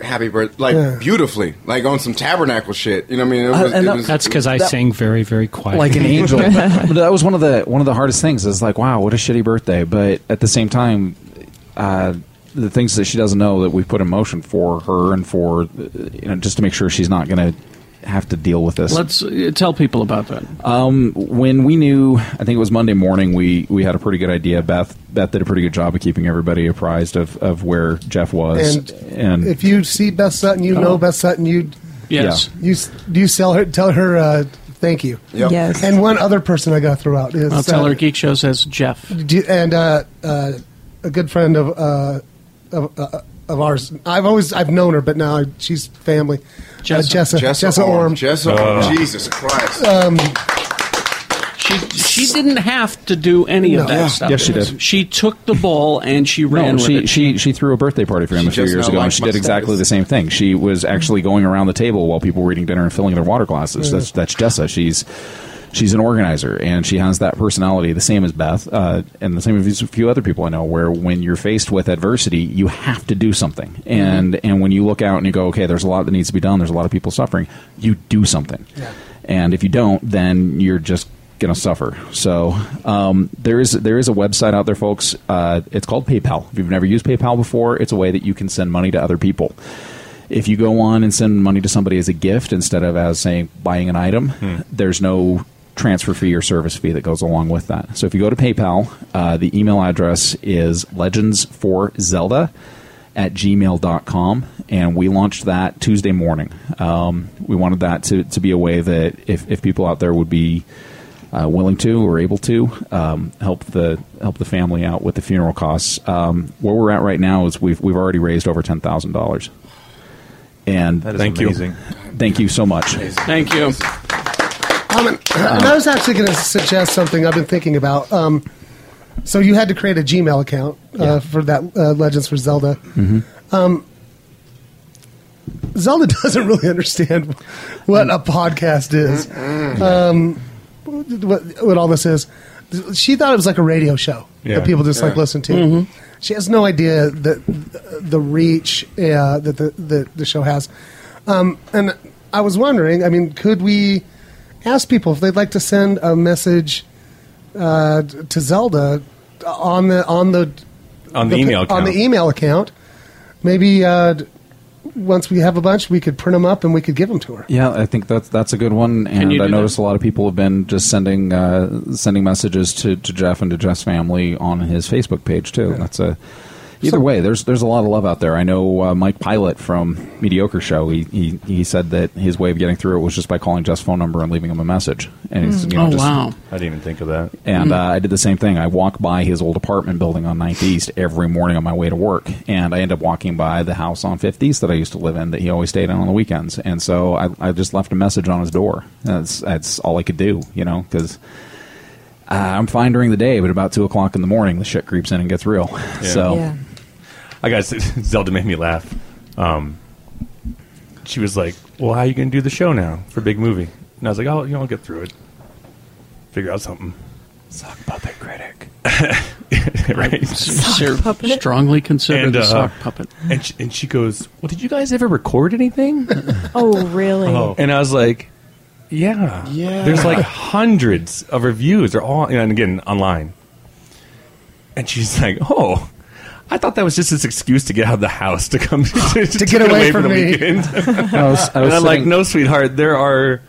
happy birthday like
Yeah.
beautifully like on some tabernacle shit you know what i mean it
Uh,
was,
and
it
that-
was-
That's because I
That-
sang very, very quietly.
like an angel. But that was one of the one of the hardest things. Is like, wow, what a shitty birthday. But at the same time, uh, the things that she doesn't know that we put in motion for her and for uh, you know just to make sure she's not going to have to deal with this.
Let's uh, tell people about that.
Um, when we knew, I think it was Monday morning. We we had a pretty good idea. Beth Beth did a pretty good job of keeping everybody apprised of, of where Jeff was.
And, if you see Beth Sutton, you know Beth Sutton. You
yes.
you s- you sell her tell her uh, thank you.
Yep.
Yes.
And one other person I got to throw out is
I'll tell
uh,
her Geek Show says Jeff.
do- and uh, uh, a good friend of uh, of, uh, of ours. I've always I've known her, but now she's family. Uh, Jessa,
Jessa.
Jessa, Oh.
Jessa Uh,
Orm.
Orm.
Jessa Orm.
Ah.
Jesus Christ.
Um,
She she didn't have to do any of
No.
that
Yeah.
stuff.
Yes, she did.
She took the ball and she
No,
ran with
she,
it.
she she threw a birthday party for him
She
a few
just
years
now
ago, and
liked
she
my
did exactly
status.
the same thing. She was actually going around the table while people were eating dinner and filling their water glasses. That's that's Jessa. She's she's an organizer, and she has that personality, the same as Beth, uh, and the same as a few other people I know. Where when you're faced with adversity, you have to do something, and and when you look out and you go, okay, there's a lot that needs to be done. There's a lot of people suffering. You do something, and if you don't, then you're just going to suffer. So um, there is there is a website out there, folks. Uh, it's called PayPal. If you've never used PayPal before, it's a way that you can send money to other people. If you go on and send money to somebody as a gift instead of as saying buying an item, there's no transfer fee or service fee that goes along with that. So if you go to PayPal, uh, the email address is legends4zelda at gmail.com and we launched that tuesday morning um, we wanted that to, to be a way that if, if people out there would be uh, willing to or able to um, help the help the family out with the funeral costs. Um, where we're at right now is we've we've already raised over ten thousand dollars. And
That is
thank
amazing.
you, thank you so much.
Thank you.
Um, and I was actually going to suggest something I've been thinking about. Um, so you had to create a Gmail account uh, for that uh, Legends for Zelda. Um, Zelda doesn't really understand what a podcast is, um, what, what all this is. She thought it was like a radio show
Yeah.
that people just like
Yeah.
listen to. She has no idea that the reach uh, that the, the the show has. Um, and I was wondering, I mean, could we ask people if they'd like to send a message uh, to Zelda on the on the
on the, email account.
on the email account? Maybe uh, d- once we have a bunch, we could print them up and we could give them to her.
Yeah, I think that's that's a good one. And
you
I
do that?
noticed a lot of people have been just sending uh, sending messages to, to Jeff and to Jeff's family on his Facebook page too. That's a Either way, there's there's a lot of love out there. I know uh, Mike Pilot from Mediocre Show. He, he he said that his way of getting through it was just by calling Jeff's phone number and leaving him a message. And he's, you know,
Oh,
just-
wow. Hmm.
I didn't even think of that.
And uh, I did the same thing. I walk by his old apartment building on 9th East every morning on my way to work, and I end up walking by the house on 5th East that I used to live in that he always stayed in on the weekends. And so I, I just left a message on his door. That's that's all I could do, you know, because uh, I'm fine during the day, but about two o'clock in the morning, the shit creeps in and gets real. So
Yeah.
I got Zelda made me laugh. Um, she was like, "Well, how are you going to do the show now for big movie?" And I was like, "Oh, you know, I'll get through it. Figure out something." Sock puppet critic. right.
Sir- Strongly considered
And,
the
uh,
sock puppet.
And she, and she goes, "Well, did you guys ever record anything?"
Oh, really?
And I was like, "Yeah,
Yeah.
There's like hundreds of reviews. They're all and again online. And she's like, "Oh." I thought that was just his excuse to get out of the house to come to, to
get away from
the
me.
weekend.
I was, I
And
was
I'm like,
sitting-
no, sweetheart, there are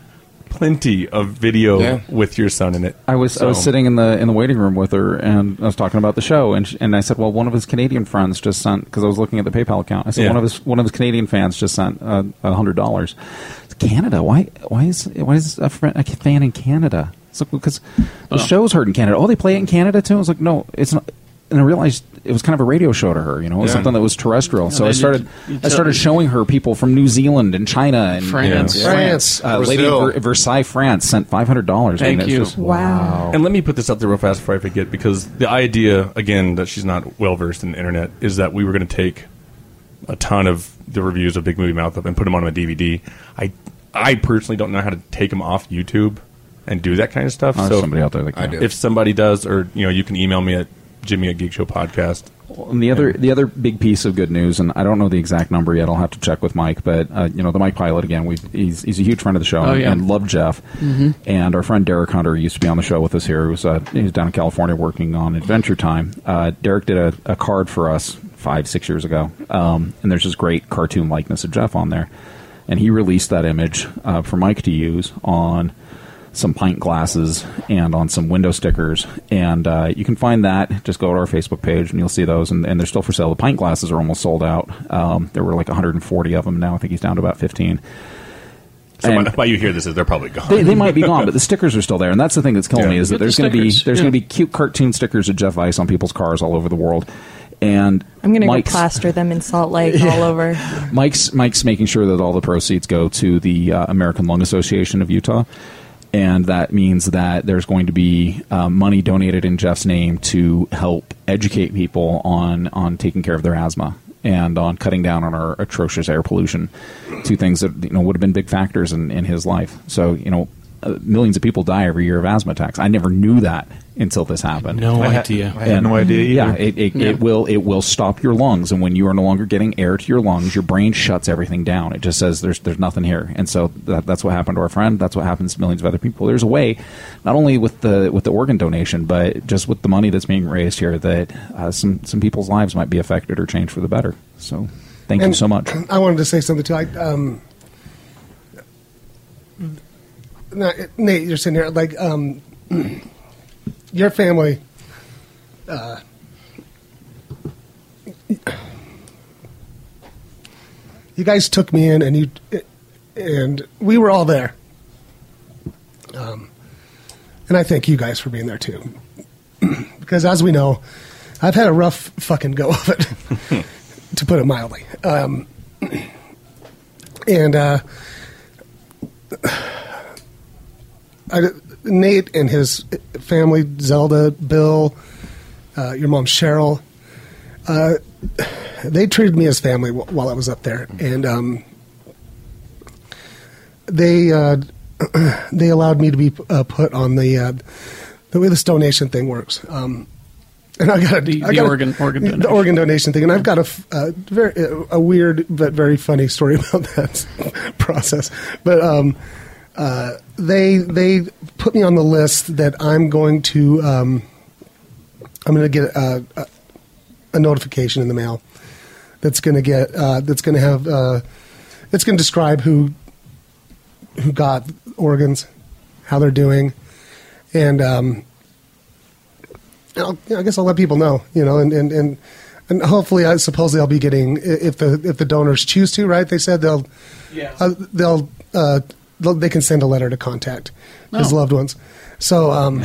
plenty of video
Yeah.
with your son in it.
I was I was
So-
sitting in the in the waiting room with her, and I was talking about the show, and sh and I said, well, one of his Canadian friends just sent because I was looking at the PayPal account. I said
Yeah.
one of his one of his Canadian fans just sent uh, a hundred dollars. Canada? Why why is why is a, friend, a fan in Canada? It's like because the show's heard in Canada. Oh, they play it in Canada too. I was like, no, it's not. And I realized it was kind of a radio show to her, you know, it was
Yeah.
something that was terrestrial. so
then
I
you-
started,
you
I
tell-
started showing her people from New Zealand and China and
France.
and
Yeah.
France. Uh, lady in
Brazil.
Ver- Versailles, France, sent five hundred dollars.
Thank you.
Wow.
And let me put this out there real fast before I forget, because the idea, again, that she's not well versed in the internet, is that we were going to take a ton of the reviews of Big Movie Mouth Up and put them on a DVD. I, I personally don't know how to take them off YouTube and do that kind of stuff.
Oh,
so
there's somebody out there that can.
do.
if somebody does, or you know, you can email me at Jimmy at Geek Show Podcast.
And the other the other big piece of good news, and I don't know the exact number yet. I'll have to check with Mike, but uh, you know the Mike Pilot again. We he's he's a huge friend of the show
Oh,
and,
yeah.
and loved Jeff. And our friend Derek Hunter used to be on the show with us here. He was uh, he was down in California working on Adventure Time. Uh, Derek did a, a card for us five six years ago, um, and there's this great cartoon likeness of Jeff on there, and he released that image uh, for Mike to use on some pint glasses and on some window stickers. And uh, you can find that. Just go to our Facebook page and you'll see those. And, and they're still for sale. The pint glasses are almost sold out. Um, there were like 140 of them now. I think he's down to about 15.
So
And-
by, by you hear this, is they're probably gone.
They, they might be gone, but the stickers are still there, and that's the thing that's killing
Yeah.
me is that
Get the
there's going to be
stickers,
there's
yeah.
going to be cute cartoon stickers of Jeff Ice on people's cars all over the world. And
I'm going to go
Mike's-
plaster them in Salt Lake all over.
Mike's Mike's making sure that all the proceeds go to the uh, American Lung Association of Utah, and that means that there's going to be uh, money donated in Jeff's name to help educate people on on taking care of their asthma and on cutting down on our atrocious air pollution. Two things that you know would have been big factors in, in his life. So you know. Uh, millions of people die every year of asthma attacks. I never knew that until this happened.
No
I ha-
idea.
I had no idea. Either.
Yeah, it, it,
Yeah.
it will it will stop your lungs, and when you are no longer getting air to your lungs, your brain shuts everything down. It just says there's there's nothing here, and so that, that's what happened to our friend. That's what happens to millions of other people. There's a way, not only with the with the organ donation, but just with the money that's being raised here, that uh, some some people's lives might be affected or changed for the better. So, thank you
And
so much.
I wanted to say something too. I, um, Na- Nate, you're sitting here like um, your family. Uh, you guys took me in, and you and we were all there. Um, and I thank you guys for being there too, because as we know, I've had a rough fucking go of it to put it mildly. Um, and uh, I, Nate and his family, Zelda, Bill, uh, your mom Cheryl, uh, they treated me as family wh- while I was up there, and um, they uh, they allowed me to be uh, put on the uh, the way this donation thing works. Um, and I got a,
The-
I
the
got a-
organ- organ
the
donation.
organ donation thing, and I've got a, f- a very a weird but very funny story about that process. But um, uh, they they put me on the list that I'm going to um, I'm going to get a, a, a notification in the mail that's going to get uh, that's going to have uh, it's going to describe who who got organs, how they're doing, and um, I'll, you know, I guess I'll let people know, you know, and, and, and and hopefully, I suppose they'll be getting i- if the if the donors choose to. Right? They said they'll
Yeah.
uh, they'll, uh, they'll they can send a letter to contact his
Oh.
loved ones. So um,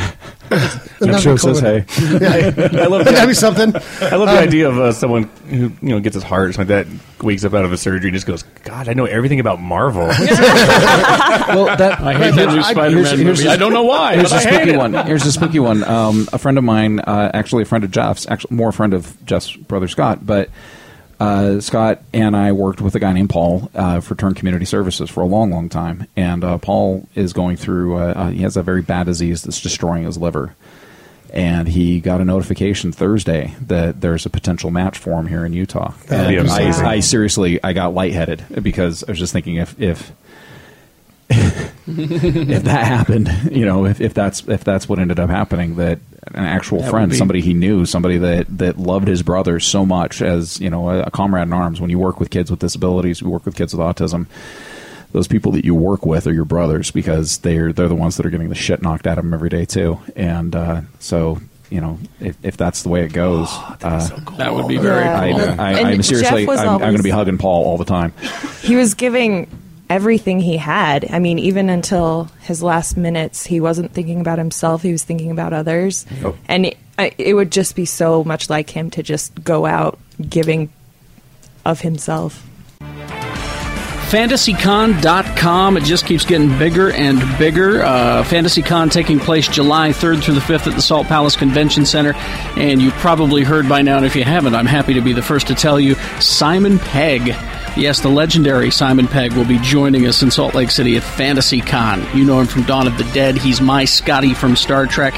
Make sure it says hey.
I love that'd be something. Um,
I love the idea of uh, someone who you know gets his heart or something like that, wakes up out of a surgery and just goes, "God, I know everything about Marvel."
well, that,
I hate that new
I-
Spider-Man
here's- here's
movie.
a-
I don't know why,
Here's
but
a
I hate
spooky
it.
one. Here's a spooky one. Um, a friend of mine, uh, actually a friend of Jeff's, actually more a friend of Jeff's brother Scott, but uh, Scott and I worked with a guy named Paul uh, for Turn Community Services for a long, long time. And uh, Paul is going through. Uh, uh, he has a very bad disease that's destroying his liver. And he got a notification Thursday that there's a potential match for him here in Utah.
That'd be
And
amazing.
I, I seriously, I got lightheaded because I was just thinking if if if that happened, you know, if, if that's if that's what ended up happening, that an actual
That
friend,
would be-
somebody he knew, somebody that that loved his brother so much as you know a, a comrade in arms. When you work with kids with disabilities, we work with kids with autism. Those people that you work with are your brothers because they're they're the ones that are getting the shit knocked out of them every day too. And uh, so you know, if, if that's the way it goes, uh,
That would Oh, be very
Yeah.
I,
cool.
I,
And
I'm seriously,
Jeff
I'm,
was
I'm going
always-
to be hugging Paul all the time.
He was giving everything he had. I mean, even until his last minutes, he wasn't thinking about himself. He was thinking about others. And it, I- it would just be so much like him to just go out giving of himself.
FantasyCon.com. It just keeps getting bigger and bigger. Uh, FantasyCon taking place July 3rd through the 5th at the Salt Palace Convention Center. And you've probably heard by now, and if you haven't, I'm happy to be the first to tell you Simon Pegg. Yes, the legendary Simon Pegg will be joining us in Salt Lake City at FantasyCon. You know him from Dawn of the Dead. He's my Scotty from Star Trek.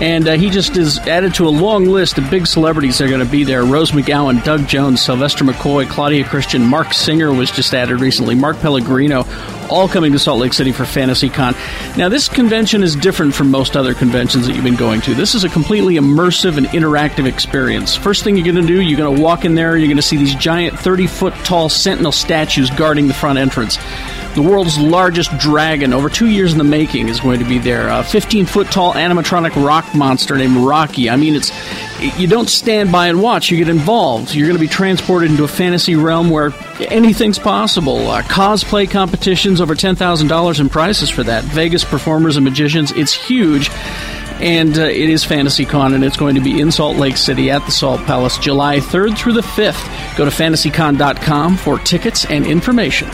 And uh, he just is added to a long list of big celebrities that are going to be there. Rose McGowan, Doug Jones, Sylvester McCoy, Claudia Christian, Mark Singer was just added recently, Mark Pellegrino, all coming to Salt Lake City for FantasyCon. Now, this convention is different from most other conventions that you've been going to. This is a completely immersive and interactive experience. First thing you're going to do, you're going to walk in there, you're going to see these giant 30 foot tall sentinel statues guarding the front entrance. The world's largest dragon, over two years in the making, is going to be there. A 15 foot tall animatronic rock monster named Rocky. I mean, it's you don't stand by and watch. You get involved. You're going to be transported into a fantasy realm where anything's possible. Uh, cosplay competitions, over ten thousand dollars in prizes for that. Vegas performers and magicians. It's huge. And uh, it is FantasyCon, and it's going to be in Salt Lake City at the Salt Palace July 3rd through the 5th. Go to fantasycon.com for tickets and information.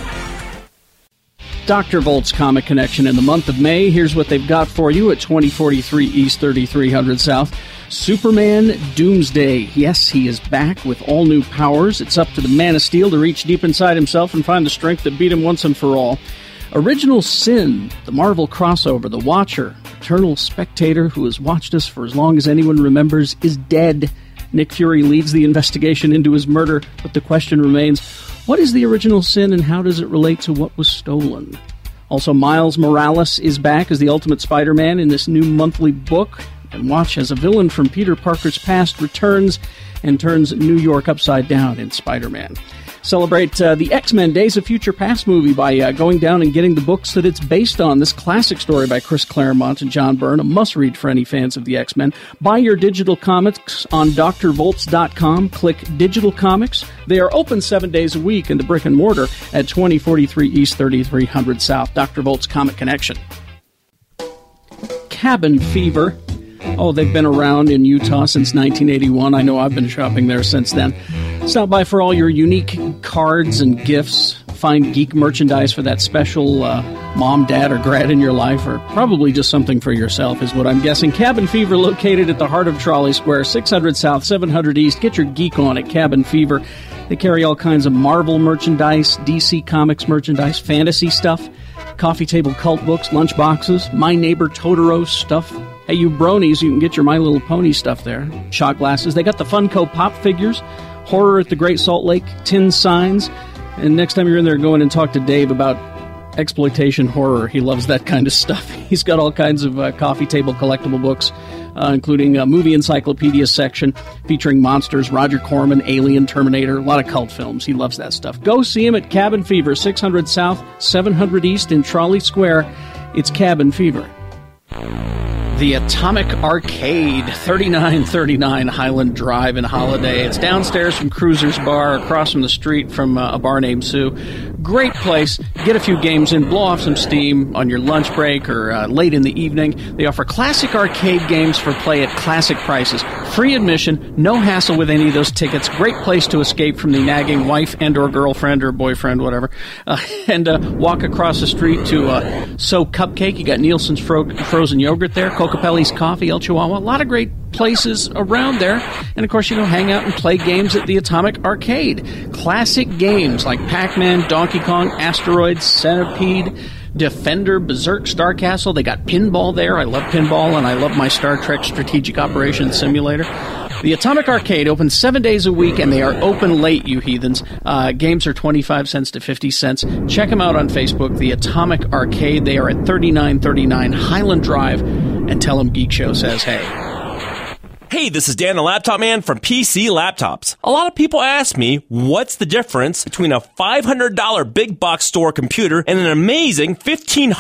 Dr. Volt's Comic Connection in the month of May. Here's what they've got for you at 2043 East, 3300 South. Superman Doomsday. Yes, he is back with all new powers. It's up to the Man of Steel to reach deep inside himself and find the strength that beat him once and for all. Original Sin, the Marvel crossover, The Watcher, eternal spectator who has watched us for as long as anyone remembers, is dead. Nick Fury leads the investigation into his murder, but the question remains what is the original sin and how does it relate to what was stolen? Also, Miles Morales is back as the Ultimate Spider Man in this new monthly book. And watch as a villain from Peter Parker's past returns and turns New York upside down in Spider Man. Celebrate uh, the X Men Days of Future Past movie by uh, going down and getting the books that it's based on. This classic story by Chris Claremont and John Byrne, a must read for any fans of the X Men. Buy your digital comics on drvolts.com. Click Digital Comics. They are open seven days a week in the brick and mortar at 2043 East 3300 South. Dr. Volts Comic Connection. Cabin Fever. Oh, they've been around in Utah since 1981. I know I've been shopping there since then. Stop by for all your unique cards and gifts. Find geek merchandise for that special uh, mom, dad, or grad in your life, or probably just something for yourself, is what I'm guessing. Cabin Fever, located at the heart of Trolley Square, 600 South, 700 East. Get your geek on at Cabin Fever. They carry all kinds of Marvel merchandise, DC Comics merchandise, fantasy stuff coffee table cult books, lunch boxes, My Neighbor Totoro stuff. Hey, you bronies, you can get your My Little Pony stuff there. Shot glasses. They got the Funko Pop figures, horror at the Great Salt Lake, tin signs. And next time you're in there, go in and talk to Dave about exploitation horror. He loves that kind of stuff. He's got all kinds of uh, coffee table collectible books, uh, including a movie encyclopedia section featuring monsters, Roger Corman, Alien, Terminator, a lot of cult films. He loves that stuff. Go see him at Cabin Fever, 600 South, 700 East in Trolley Square. It's Cabin Fever. the Atomic Arcade, 3939 Highland Drive in Holiday. It's downstairs from Cruiser's Bar, across from the street from uh, a bar named Sue. Great place. Get a few games in, blow off some steam on your lunch break or uh, late in the evening. They offer classic arcade games for play at classic prices. Free admission, no hassle with any of those tickets. Great place to escape from the nagging wife and or girlfriend or boyfriend, whatever, uh, and uh, walk across the street to uh, So Cupcake. You got Nielsen's Fro- frozen yogurt there, Cocapelli's coffee, El Chihuahua. A lot of great places around there, and of course you go hang out and play games at the Atomic Arcade. Classic games like Pac-Man, Donkey Kong, Asteroids, Centipede. Defender, Berserk, Star Castle. They got pinball there. I love pinball, and I love my Star Trek Strategic Operations Simulator. The Atomic Arcade opens seven days a week, and they are open late, you heathens. Uh, games are 25 cents to 50 cents. Check them out on Facebook, The Atomic Arcade. They are at 3939 Highland Drive, and tell them Geek Show says hey.
Hey, this is Dan the Laptop Man from PC Laptops. A lot of people ask me, what's the difference between a $500 big box store computer and an amazing $1,500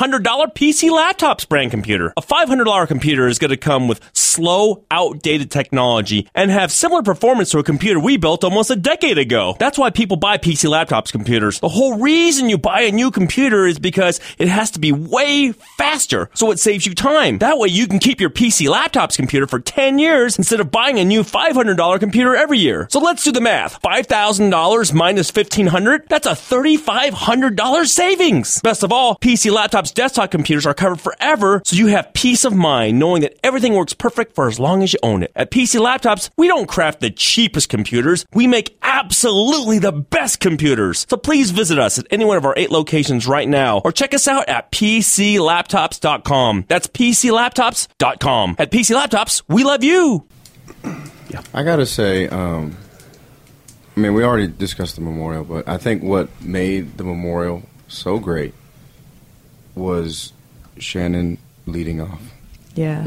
PC Laptops brand computer? A $500 computer is going to come with slow, outdated technology and have similar performance to a computer we built almost a decade ago. That's why people buy PC Laptops computers. The whole reason you buy a new computer is because it has to be way faster, so it saves you time. That way you can keep your PC Laptops computer for 10 years instead of buying a new $500 computer every year. So let's do the math. $5,000 minus 1500 that's a $3,500 savings. Best of all, PC Laptops desktop computers are covered forever, so you have peace of mind knowing that everything works perfect for as long as you own it. At PC Laptops, we don't craft the cheapest computers. We make absolutely the best computers. So please visit us at any one of our eight locations right now or check us out at PCLaptops.com. That's PCLaptops.com. At PC Laptops, we love you.
I gotta say, um, I mean, we already discussed the memorial, but I think what made the memorial so great was Shannon leading off.
Yeah.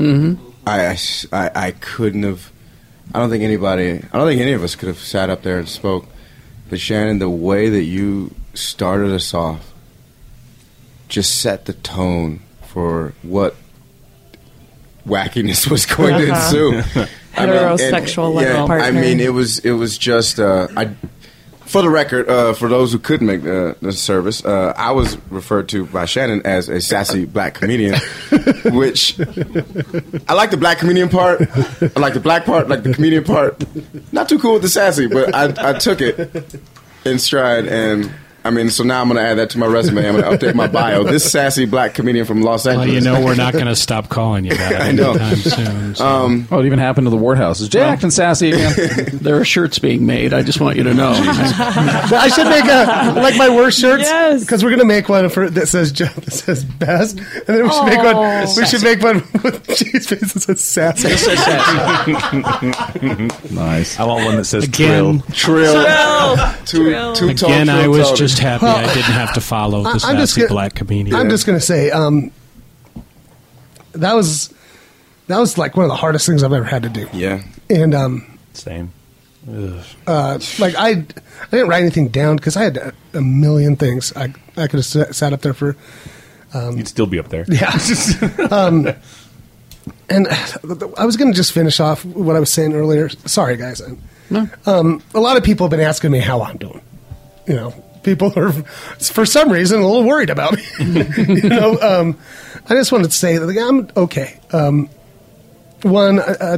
I, I s- I- I couldn't have. I don't think anybody. I don't think any of us could have sat up there and spoke. But Shannon, the way that you started us off just set the tone for what wackiness was going to
Uh-huh.
ensue. I mean, and-
Heterosexual love
yeah, I
partner.
mean, it was it was just. Uh, I for the record, uh, for those who couldn't make uh, the service, uh, I was referred to by Shannon as a sassy black comedian, which I like the black comedian part. I like the black part, like the comedian part. Not too cool with the sassy, but I, I took it in stride. And I mean, so now I'm going to add that to my resume. I'm going to update my bio. This sassy black comedian from Los
Well,
Angeles.
you know, we're not going to stop calling you that
I know.
anytime soon. so-
Oh, it even happened to the Ward House. Is Jack and Sassy again?
There are shirts being made. I just want you to know.
I should make a like my worst shirts
Yes.
because we're gonna make one for that says jo- that says best, and then we should make
Oh.
one. We should make one with cheese face that says sassy.
nice.
I want one that says
Again,
Trill.
Trill. Too, too tall.
again,
Trill
I was
tall.
just happy I didn't have to follow
I-
this
I'm just
sassy
gonna-
black comedian.
I'm just gonna say um, that was that was like one of the hardest things I've ever had to do,
Yeah.
and um,
Same.
uh, like I I didn't write anything down because I had a, a million things I I could have sat, sat up there for
You'd still be up there.
um, And I was going to just finish off what I was saying earlier. Sorry, guys. Um, a lot of people have been asking me how I'm doing. You know, people are, for some reason, a little worried about me. you know, um, I just wanted to say that like, I'm okay. Um, one, I, I,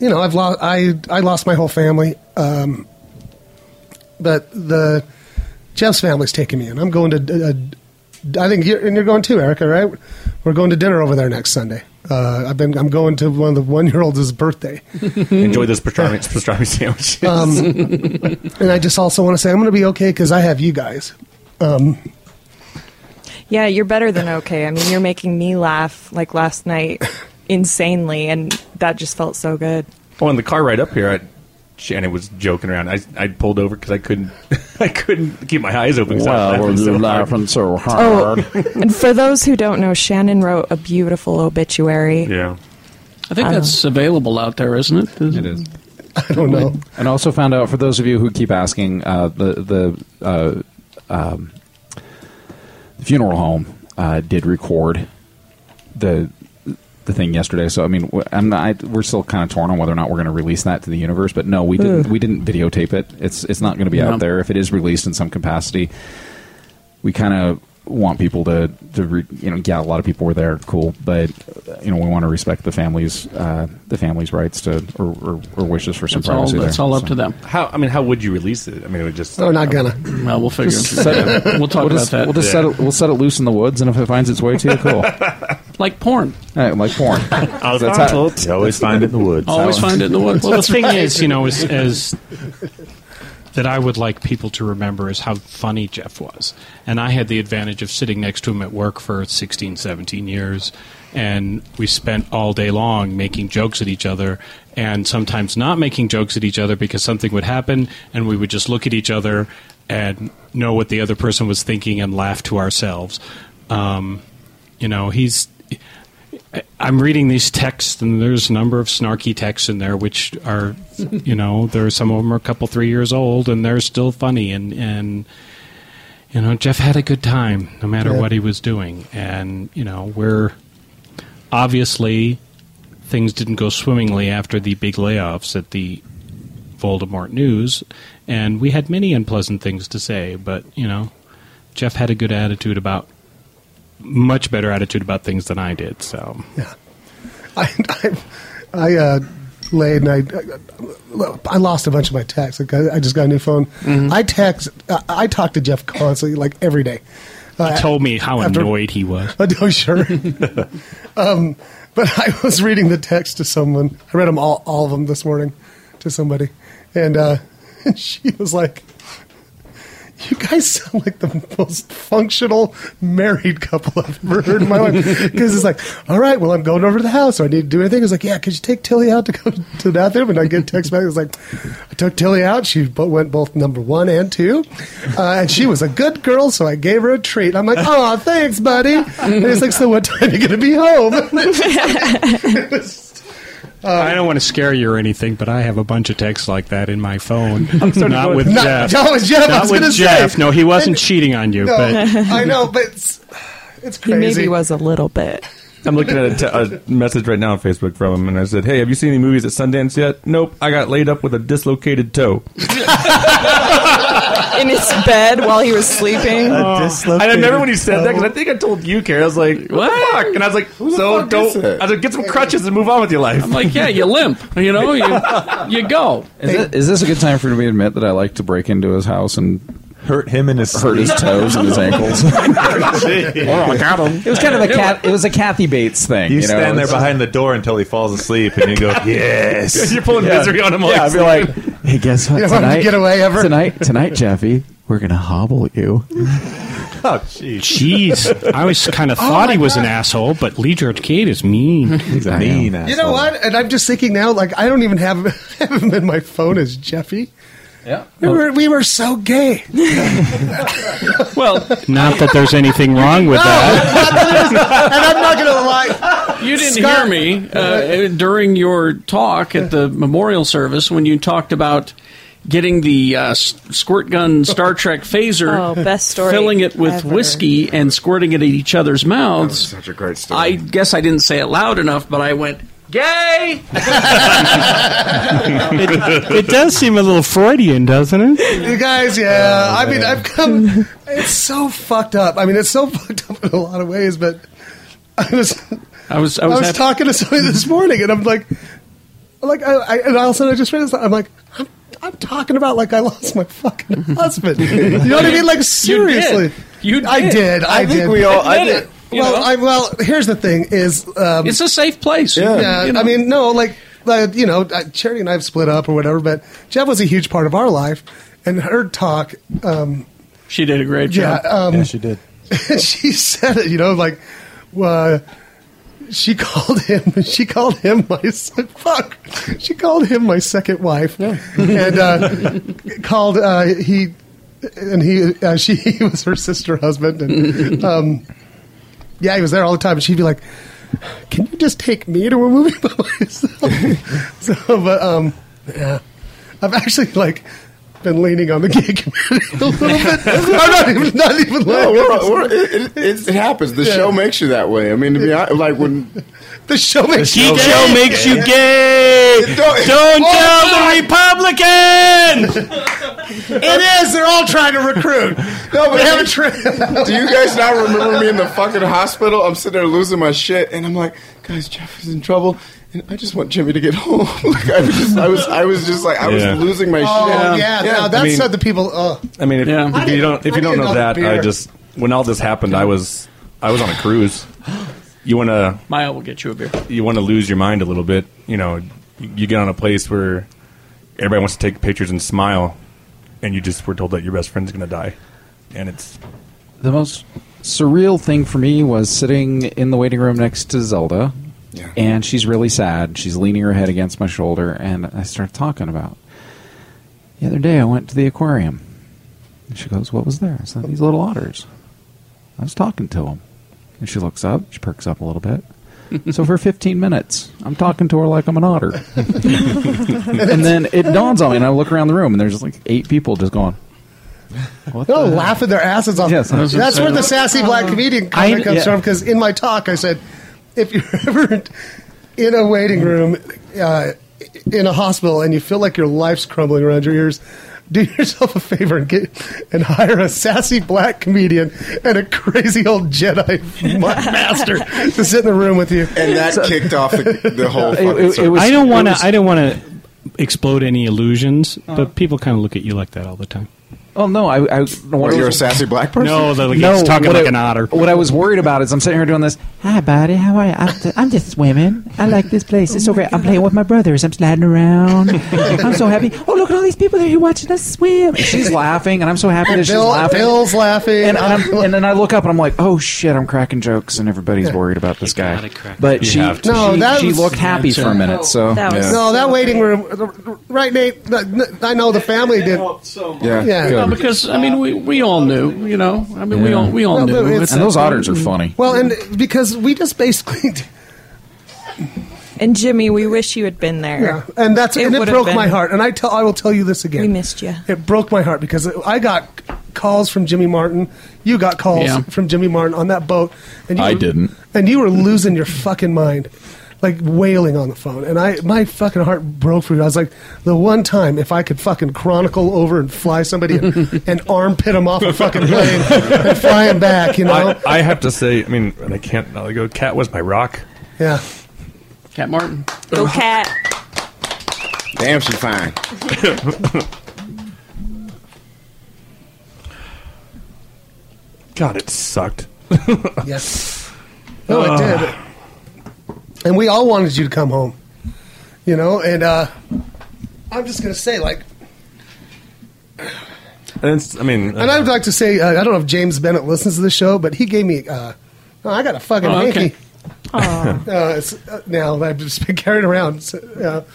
you know, I've lost, I, I lost my whole family. Um, but the Jeff's family's taking me in. I'm going to, uh, I think you're, and you're going too, Erica, right? We're going to dinner over there next Sunday. Uh, I've been, I'm going to one of the one year olds' birthday. Um,
Enjoy those pastrami, pastrami sandwiches.
And I just also want to say I'm going to be okay because I have you guys. Um,
Yeah, you're better than okay. I mean, you're making me laugh like last night insanely, and that just felt so good.
Oh, on the car ride up here, I, Shannon was joking around. I, I pulled over because I couldn't I couldn't keep my eyes open. 'cause I
Well,
was
we're
laughing so hard.
laughing so hard.
Oh, And for those who don't know, Shannon wrote a beautiful obituary.
Yeah.
I think that's available out there, isn't it?
It is.
I don't know.
And also found out for those of you who keep asking, uh, the the uh, um, funeral home uh, did record the the thing yesterday. So I mean, w- I'm not, I, we're still kind of torn on whether or not we're going to release that to the universe. But no, we didn't. We didn't videotape it. It's it's not going to be
No.
out there. If it is released in some capacity, we kind of want people to to re, you know yeah a lot of people were there cool but uh, you know we want to respect the family's uh, the family's rights to or, or, or wishes for some
That's all.
privacy
That's
there.
all up
So-
to them.
How? I mean, how would you release it? I mean, it would just.
Oh, not gonna.
Well, we'll figure.
Just set it-
We'll talk
we'll
about
just,
that.
We'll just set it. We'll set it loose in the woods, and if it finds its way to you, cool. All
Like porn.
right, like porn. That's how-
You always find it in the woods.
Always find it in the woods.
Well, the thing is, you know, is, is that I would like people to remember is how funny Jeff was. And I had the advantage of sitting next to him at work for 16, 17 years. And we spent all day long making jokes at each other and sometimes not making jokes at each other because something would happen and we would just look at each other and know what the other person was thinking and laugh to ourselves. Um, you know, he's. I'm reading these texts, and there's a number of snarky texts in there, which are, you know, there are some of them are a couple, three years old, and they're still funny. And, and you know, Jeff had a good time, no matter
Yeah.
what he was doing. And you know, we're obviously things didn't go swimmingly after the big layoffs at the Voldemort News, and we had many unpleasant things to say. But you know, Jeff had a good attitude about, much better attitude about things than I did. So.
I, I, I uh, laid and I, uh, I lost a bunch of my texts. Like I, I just got a new phone.
Mm-hmm.
I text, I, I talk to Jeff constantly, like every day. Uh,
He told me how
after-
annoyed he was.
Oh, no, sure. um, but I was reading the text to someone. I read them all, all of them this morning to somebody, and uh, she was like, "You guys sound like the most functional married couple I've ever heard in my life." Because it's like, "All right, well, I'm going over to the house. So I need to do anything." It's like, "Yeah, could you take Tilly out to go to the bathroom?" And I get a text back. It's like, "I took Tilly out. She bo- went both number one and two, uh, and she was a good girl, so I gave her a treat." I'm like, "Oh, thanks, buddy." And it's like, "So what time are you going to be home?" Um,
I don't want to scare you or anything, but I have a bunch of texts like that in my phone. not with
Not,
Jeff.
that was Jeff. I
Not
was
with
gonna
Jeff.
Say.
No, he wasn't
And-
cheating on you.
No,
But
I know, but it's, it's
He
crazy.
maybe was a little bit.
I'm looking at a, te- a message right now on Facebook from him, and I said, "Hey, have you seen any movies at Sundance yet? Nope. I got laid up with a dislocated toe.
In his bed while he was sleeping.
Oh.
Oh. And I remember when you said that because I think I told you, Karen. I was like, "What?" the fuck? And I was like,
the
"So
fuck
don't."
is it?
I was like, "Get some crutches and move on with your life."
I'm like, yeah, you limp. You know, you, you go.
Is, it, is this a good time for me to admit that I like to break into his house and
Hurt him in his
hurt his toes and his ankles? It was kind of a cat. It was a Kathy Bates thing.
You,
You, know?
stand there
It's-
behind the door until he falls asleep, and you go, "Yes."
You're pulling misery on him.
Yeah, I'd be like, "Hey, guess what?
You don't want him to
tonight,
get away ever?"
tonight, tonight, Jeffy, we're gonna hobble you."
"Oh, jeez."
jeez, I always kind
Oh
of thought he was an asshole, but Lee George Cade is mean.
He's a
I
mean
You
asshole.
know what? And I'm just thinking now, like I don't even have, have him in my phone as Jeffy.
Yeah.
Oh.
We were, we were so gay.
Well,
Not that there's anything wrong with that.
and I'm not going to lie.
you didn't
Scott-
hear me uh, during your talk at the memorial service when you talked about getting the uh, s- squirt gun Star Trek phaser,
Oh, best story
filling it with
ever.
whiskey and squirting it at each other's mouths.
Such a great story.
I guess I didn't say it loud enough, but I went. Gay!
It does seem a little Freudian, doesn't it?
You guys, yeah. I mean, I've come. It's so fucked up. I mean, it's so fucked up in a lot of ways, but I was
I was I
I
was,
was,
happy-
talking to somebody this morning, and I'm like, like, I, I, and all of a sudden I just read this. I'm like, I'm, I'm talking about like I lost my fucking husband. You know what I mean? Like seriously,
You did.
I did. I,
I think
did.
we all. I
Admit
did.
it. you
Well,
know?
I, well, here's the thing: is um,
It's a safe place.
Yeah.
yeah,
You know?
I mean, no, like, uh, you know, uh, Charity and I have split up or whatever, but Jeff was a huge part of our life, and her talk, um,
she did a great
yeah,
job.
um,
Yeah, she did.
she said it, you know, like, uh, she called him, she called him my, se- fuck, she called him my second wife, and uh, called, uh, he, and he, uh, she he was her sister husband, and, um, yeah, he was there all the time, and she'd be like, can you just take me to a movie by myself? so, but um, yeah, I've actually like been leaning on the gay community a little bit. I'm not even, not even
No,
lying.
we're, we're, it, it, it's- it happens. The
Yeah.
show makes you that way. I mean, to be honest, like when
the show makes
Geek show makes you gay.
Don't-
Don't
Oh,
tell the Republican.
It is. They're all trying to recruit.
no, but
They have a tra-
Do you guys not remember
Oh,
me in the fucking hospital? I'm sitting there losing my shit, and I'm like, guys, Jeff is in trouble, and I just want Jimmy to get home. like I was, just, I was, I was just like, I
Yeah.
was losing my
Oh yeah,
shit.
now
I
that's
mean-
how the people. Uh,
I mean, if,
Yeah.
if
I
you
didn't-
don't if
I
you don't
didn't
know
know
that,
the
I
beer.
just when all this happened, I was I was on a cruise. You want to
Maya will get you a beer.
you want to lose your mind a little bit. You know, you, you get on a place where everybody wants to take pictures and smile, and you just were told that your best friend's going to die, and it's
the most surreal thing for me was sitting in the waiting room next to Zelda,
Yeah.
and she's really sad. She's leaning her head against my shoulder, and I start talking about the other day I went to the aquarium. And she goes, "What was there?" I said, "These little otters." I was talking to them, and she looks up. She perks up a little bit. so for 15 minutes, I'm talking to her like I'm an otter, and then it dawns on me, and I look around the room, and there's like eight people just going. What
they're
the hell?
laughing their asses off.
Yes, I was
that's
gonna
where
say
the
that.
sassy black comedian comment
I-
comes
yeah.
from. Because in my talk, I said, if you're ever in a waiting room uh, in a hospital and you feel like your life's crumbling around your ears. Do yourself a favor and get and hire a sassy black comedian and a crazy old Jedi master to sit in the room with you.
And that kicked off the, the whole fucking.
It- it- it
circle.
was-
I don't
it
want to.
was-
I don't want to explode any illusions,
Uh-huh.
but people kind of look at you like that all the time.
Oh no! I, I what
What,
I
you're a
was-
sassy black person.
No, they're like,
no,
he's talking
what
like
I-
an otter.
What I was worried about is I'm sitting here doing this. Hi, buddy. How are you? I'm, ju- I'm just swimming. I like this place. It's so great. I'm playing with my brothers. I'm sliding around. I'm so happy. Oh, look at all these people that are here watching us swim. And she's laughing, and I'm so happy that she's
Bill,
laughing.
Bill's laughing.
and, I'm, and then I look up and I'm like, oh shit, I'm cracking jokes, and everybody's worried about this guy.
gotta crack
But she,
have
she,
to.
No, that
she
was-
looked happy for a minute. So
That was
no, Oh, that waiting room, right, Nate? I know the family did.
Yeah.
Yeah.
Good.
No, because I mean, we, we all knew, you know. I mean, we
Yeah.
all we
No,
all
but
knew.
it's-
and those otters are funny.
Well, and because we just basically,
And Jimmy, we wish you had been there.
yeah, and that's
It
and it
would've
broke
been-
my heart. And I tell, I will tell you this again.
We missed you.
It broke my heart because I got calls from Jimmy Martin. You got calls
Yeah.
from Jimmy Martin on that boat. And you
I
were-
didn't.
And you were losing your fucking mind, like wailing on the phone. And I, my fucking heart broke for you. I was like, the one time if I could fucking chronicle over and fly somebody and, and armpit them off a fucking plane and fly them back, you know?
I, I have to say, I mean, and I can't not go. Cat was my rock.
yeah.
Cat Martin.
Go cat.
Damn, she fine.
God, it sucked.
Yes. No, it did.
Ah.
And we all wanted you to come home. You know, and uh, I'm just going to say, like,
And it's, I mean,
and I
Uh-huh.
would like to say, uh, I don't know if James Bennett listens to the show, but he gave me, uh, oh, I got a fucking
Oh, okay.
hanky. Uh, it's, uh, now that I've just been carrying around. So, uh,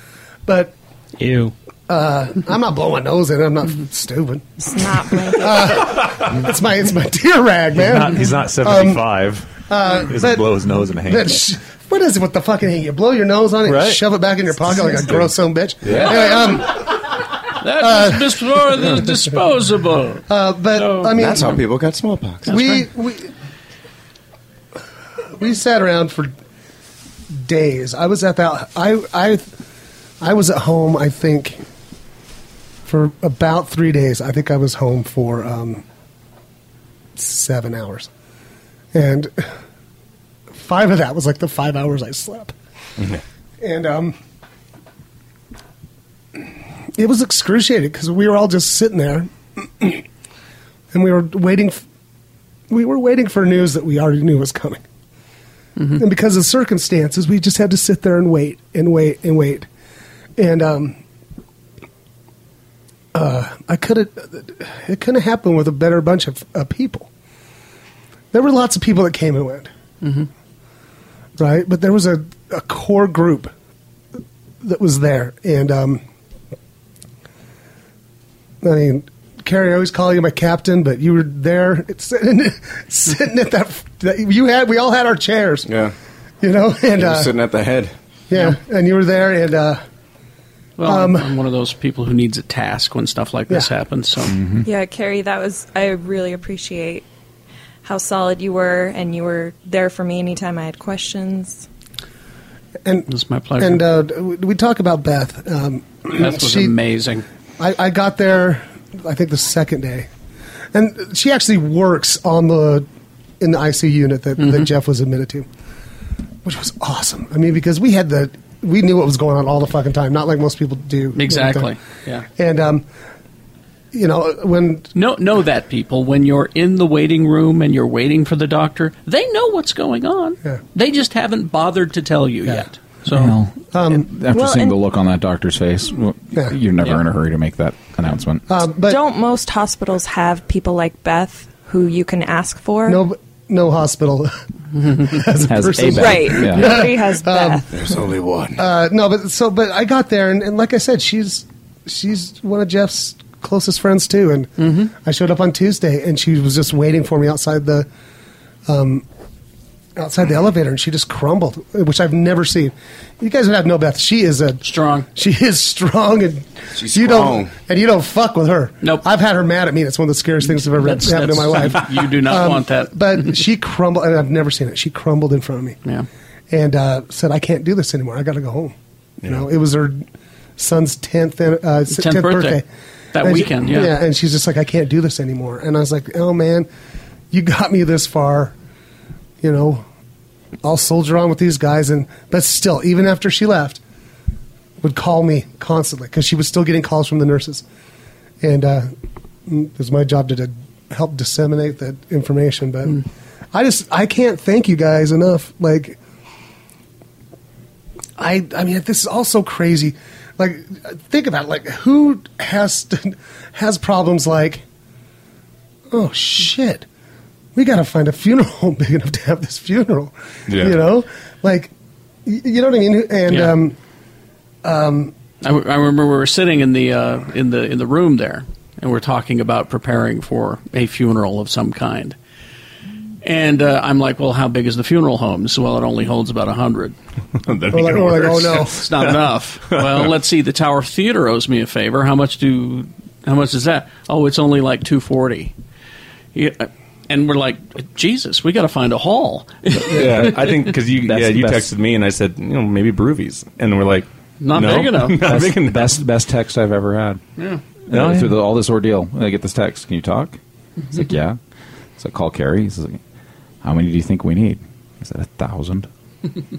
but uh,
Ew.
I'm not blowing my nose in it. I'm not stupid. Uh,
It's not blanket.
It's my it's my tear rag, man. Um,
Not, he's not 75. he doesn't
but-
blow his nose in a hand.
That sh- what is it with the fucking hanky? You blow your nose on it,
Right.
and shove it back in your pocket like a
disgusting.
gross son of a bitch. Anyway, um,
That is before the disposable.
Uh, but
So-
I mean,
That's how people got smallpox.
we we we sat around for days. I was at that. I I I was at home. I think for about three days. I think I was home for um, seven hours, and five of that was like the five hours I slept, and um. It was excruciating because we were all just sitting there and we were waiting. F- we were waiting for news that we already knew was coming, and because of circumstances, we just had to sit there and wait and wait and wait. And um, uh, I could have. It couldn't happen with a better bunch of uh, people. There were lots of people that came and went, right? But there was a, a core group that was there, and um, I mean, Carrie, I always call you my captain, but you were there it's sitting, sitting at that, that. You had we all had our chairs,
Yeah,
you know, and
You're
uh,
sitting at the head.
yeah, and you were there, and uh,
Well, I'm- I'm one of those people who needs a task when stuff like this
Yeah. Mm-hmm.
happens. So
Yeah, Carrie, that was I really appreciate how solid you were and you were there for me anytime I had questions.
it
And
was my pleasure.
and uh, we we talk about Beth. Um,
that was
she-
amazing.
I, I got there, I think the second day, and she actually works on the in the IC unit that,
Mm-hmm.
that Jeff was admitted to, which was awesome. I mean, because we had the we knew what was going on all the fucking time, not like most people do.
Exactly. Yeah.
And um, you know when
Know, know that people when you're in the waiting room and you're waiting for the doctor, they know what's going on.
Yeah.
They just haven't bothered to tell you yet. So
Well, after
well,
seeing
and-
the look on that doctor's face, well,
Yeah.
you're never
Yeah.
in a hurry to make that announcement.
Uh,
um, but
Don't most hospitals have people like Beth who you can ask for?
no no hospital has a
Has a
person. Um,
Beth.
Right.
Yeah.
Nobody has Beth.
There's only one.
Uh, no, but so but I got there, and, and like I said, she's she's one of Jeff's closest friends too. And
Mm-hmm.
I showed up on Tuesday, and she was just waiting for me outside the um, outside the elevator, and she just crumbled, which I've never seen. You guys would have no Beth. She is a
Strong.
She is strong, and
She's
you
strong.
don't and you don't fuck with her.
Nope.
I've had her mad at me. It's one of the scariest things I've ever
That's-
happened in my
that's-
life.
you do not want that.
but she crumbled, and I've never seen it. She crumbled in front of me
yeah.
and uh, said, "I can't do this anymore. I got to go home." You know, it was her son's tenth uh, tenth birthday.
birthday. That
And she-
weekend, yeah.
and she's just like, "I can't do this anymore." And I was like, "Oh man, you got me this far. You know, I'll soldier on with these guys." And but still, even after she left, would call me constantly because she was still getting calls from the nurses, and uh, it was my job to, to help disseminate that information. But
Hmm.
I just I can't thank you guys enough. Like. I I mean this is all so crazy. Like think about it. like who has to, has problems like oh shit. We got to find a funeral home big enough to have this funeral.
Yeah.
You know? Like y- you know what I mean? And
Yeah.
um
Um, I, I remember we were sitting in the uh, in the in the room there, and we're talking about preparing for a funeral of some kind. And uh, I'm like, well, how big is the funeral home? So, well, it only holds about hundred.
That'd
we're
be
like,
even
we're like, oh
worse.
no.
It's not enough. Well, let's see. The Tower Theater owes me a favor. How much do? How much is that? Oh, it's only like two forty. Yeah. uh, And we're like, Jesus, we got to find a hall.
Yeah, I think because you
That's
yeah
the
you
best.
texted me and I said you know maybe Broovies and we're like
Not
no,
big enough.
not
Best-
big enough.
best best text I've ever had. Yeah.
Oh, yeah.
Through the, all this ordeal, I get this text. Can you talk? It's like, yeah. So I call Carrie. He's like, how many do you think we need? I said, a thousand. It's like,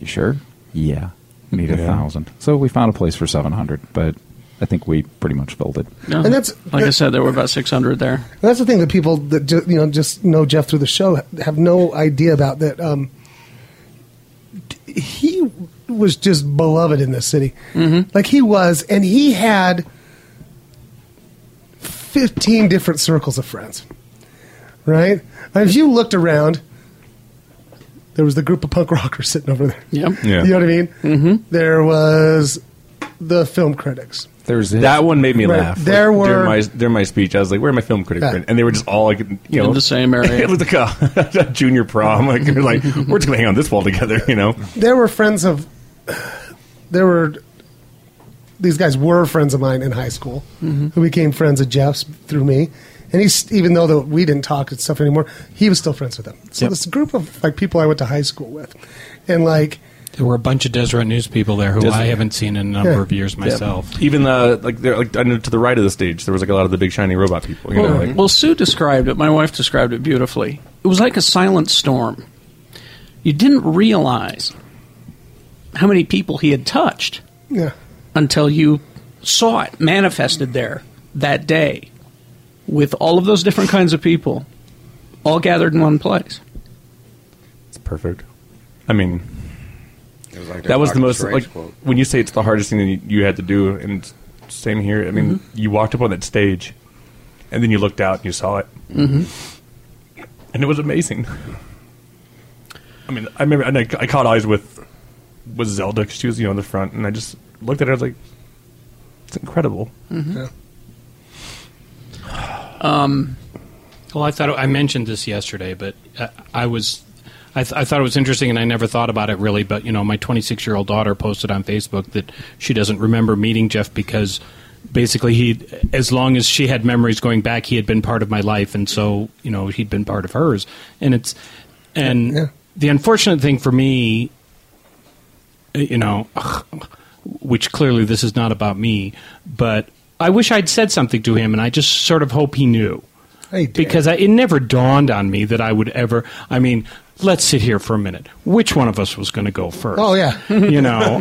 you sure? Yeah. We need a thousand. So we found a place for 700, but I think we pretty much filled it.
No.
And that's-
like I said, there were about six hundred there.
And that's the thing that people that ju- you know just know Jeff through the show have no idea about that. Um, d- he was just beloved in this city, like he was, and he had fifteen different circles of friends. Right, and if you looked around, there was the group of punk rockers sitting over there.
Yep.
Yeah.
You know what I mean? Mm-hmm. There was the film critics.
There's
That one made me
Right.
laugh.
There
Like,
were-
during my, during my speech, I was like, "Where are my film critic
Yeah.
friends?" And they were just all like, you know,
In the same area.
it was like a, a junior prom. Like, they're like we're just gonna hang on this wall together, you know?
there were friends of there were these guys were friends of mine in high school
Mm-hmm.
who became friends of Jeff's through me. And he's even though the, we didn't talk and stuff anymore, he was still friends with them. So
Yep.
this group of like people I went to high school with, and like
There were a bunch of Deseret News people there who I
Deseret.
haven't seen in a number
Yeah.
of years myself.
Even the like, they're, like I know to the right of the stage, there was like a lot of the big shiny robot people. You know,
Well,
like,
well, Sue described it. My wife described it beautifully. It was like a silent storm. You didn't realize how many people he had touched
yeah,
until you saw it manifested there that day with all of those different kinds of people all gathered in one place.
it's perfect. I mean,
It was like
that was the
Dr.
most
Strange
like
quote.
when you say it's the hardest thing that you, you had to do, and it's same here. I
Mm-hmm.
mean, you walked up on that stage, and then you looked out and you saw it,
Mm-hmm.
and it was amazing. I mean, I remember and I, I caught eyes with with Zelda because she was you know in the front, and I just looked at her. I was like, "It's incredible."
Mm-hmm.
yeah.
Well, I thought I mentioned this yesterday, but uh, I was I, th- I thought it was interesting, and I never thought about it really. But you know, my 26 year old daughter posted on Facebook that she doesn't remember meeting Jeff because basically he, as long as she had memories going back, he had been part of my life, and so you know he'd been part of hers. And it's and
Yeah.
the unfortunate thing for me, you know, which clearly this is not about me, but I wish I'd said something to him, and I just sort of hope he knew
Hey, Dan.
because I, it never dawned on me that I would ever. I mean, let's sit here for a minute. Which one of us was going to go first?
Oh, yeah.
you know,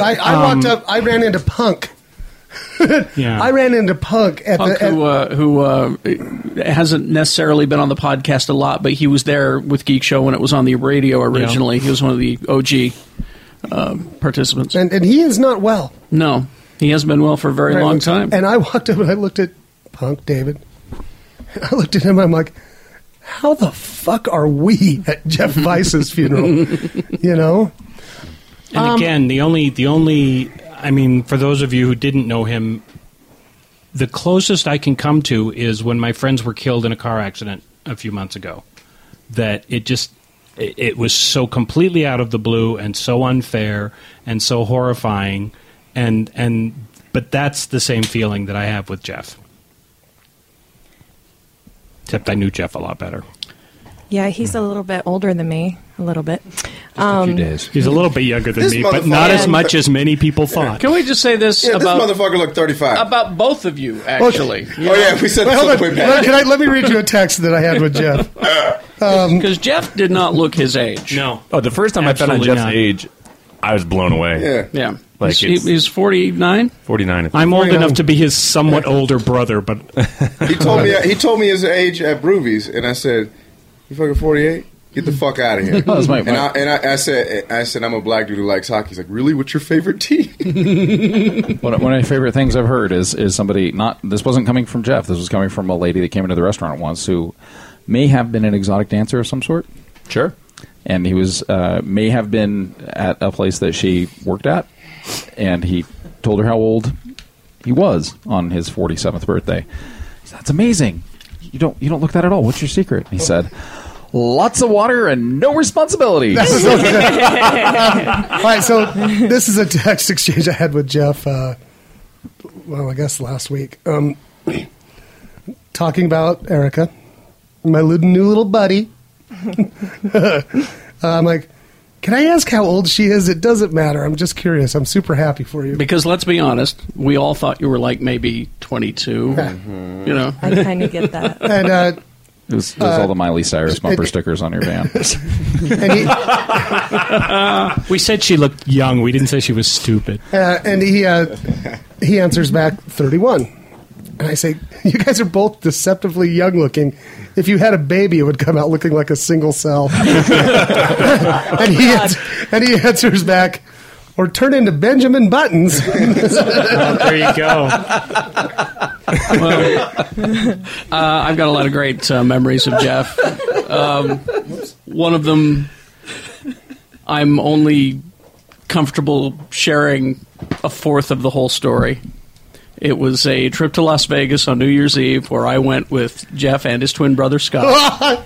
I, I walked up. I ran into Punk.
yeah.
I ran into Punk at
Punk,
the. At,
who, uh, who uh, hasn't necessarily been on the podcast a lot, but he was there with Geek Show when it was on the radio originally. He was one of the OG uh, participants.
and, and he is not well.
no, he hasn't been well for a very long time.
And I walked up and I looked at Punk David. And I looked at him. I'm like, how the fuck are we at Jeff Weiss's funeral? you know,
and again, the only the only. I mean, for those of you who didn't know him, the closest I can come to is when my friends were killed in a car accident a few months ago. That it just it, it was so completely out of the blue and so unfair and so horrifying and and but that's the same feeling that I have with Jeff. Except I knew Jeff a lot better.
Yeah, he's a little bit older than me, a little bit. Um,
a few days.
He's a little bit younger than
This
me, but not
motherfucker-
as much as many people thought.
Can we just say this
Yeah,
about
this motherfucker looked 35.
about both of you? Actually,
oh, yeah, we said
Wait, hold on.
this way back.
Let, can I, let me read you um, a text that I had with Jeff.
because Jeff did not look his age.
No.
Oh, the first time I
Absolutely
found out Jeff's
not.
age, I was blown away.
Yeah.
Yeah,
Like
he's,
it's-
he, he's forty nine.
49.
I'm old
Hang on.
enough to be his somewhat older brother, but
He told me he told me his age at Broovies, and I said, "You fucking 48? Get the fuck out of here!"
That was my-
and I, and I, I said, "I said I'm a black dude who likes hockey." He's like, "Really? What's your favorite team?"
One of, one of my favorite things I've heard is is somebody not this wasn't coming from Jeff. This was coming from a lady that came into the restaurant once who may have been an exotic dancer of some sort. Sure. And he was uh, may have been at a place that she worked at, and he told her how old he was on his forty seventh birthday. He said, That's amazing. You don't you don't look that at all. What's your secret? he said, Lots of water and no responsibilities.
Um, All right, so this is a text exchange I had with Jeff. Uh, well, I guess last week, um, talking about Erica, my little, new little buddy. Uh, I'm like, can I ask how old she is? It doesn't matter. I'm just curious. I'm super happy for you.
Because let's be honest, we all thought you were like maybe twenty You know,
I kind of get that.
And uh,
It was, it was all the Miley Cyrus bumper stickers on your van.
and he, uh,
We said she looked young. We didn't say she was stupid.
and he uh, he answers back 31. And I say, you guys are both deceptively young looking. If you had a baby, it would come out looking like a single cell. and, he ans- and he answers back, or turn into Benjamin Buttons.
Oh, there you go.
Uh, I've got a lot of great uh, memories of Jeff. Um, one of them, I'm only comfortable sharing a fourth of the whole story. It was a trip to Las Vegas on New Year's Eve where I went with Jeff and his twin brother Scott.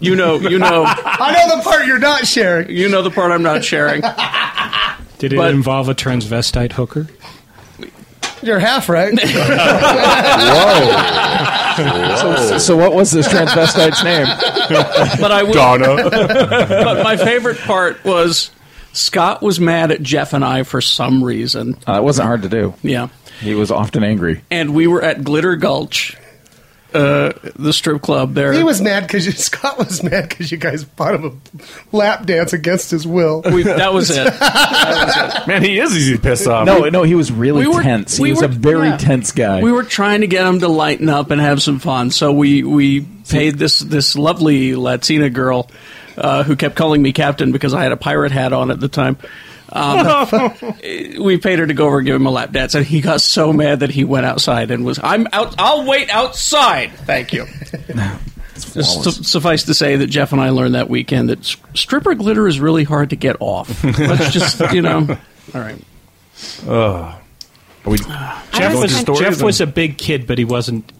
you know, you know,
I know the part you're not sharing.
you know the part I'm not sharing.
Did it
But-
involve a transvestite hooker?
You're half right.
so, so what was this transvestite's name?
But I will, but my favorite part was Scott was mad at Jeff and I for some reason.
Uh, it wasn't hard to do.
Yeah.
He was often angry.
and we were at Glitter Gulch, uh, the strip club there.
He was mad because Scott was mad because you guys bought him a lap dance against his will.
We- that was it. That was
Man, he is easy to piss off.
No, no, he was really
We were-
tense. He
we
was
were-
a very
yeah.
tense guy.
it. We were trying to get him to lighten up and have some fun, so we we paid this this lovely Latina girl uh, who kept calling me captain because I had a pirate hat on at the time. Um, we paid her to go over and give him a lap dance, and he got so mad that he went outside and was, "I'm out. I'll wait outside. Thank you." Just su- suffice to say that Jeff and I learned that weekend that s- stripper glitter is really hard to get off. Let's just, you know. All right.
Are we
Jeff
going
was-
to stories?
Jeff was a big kid, but he wasn't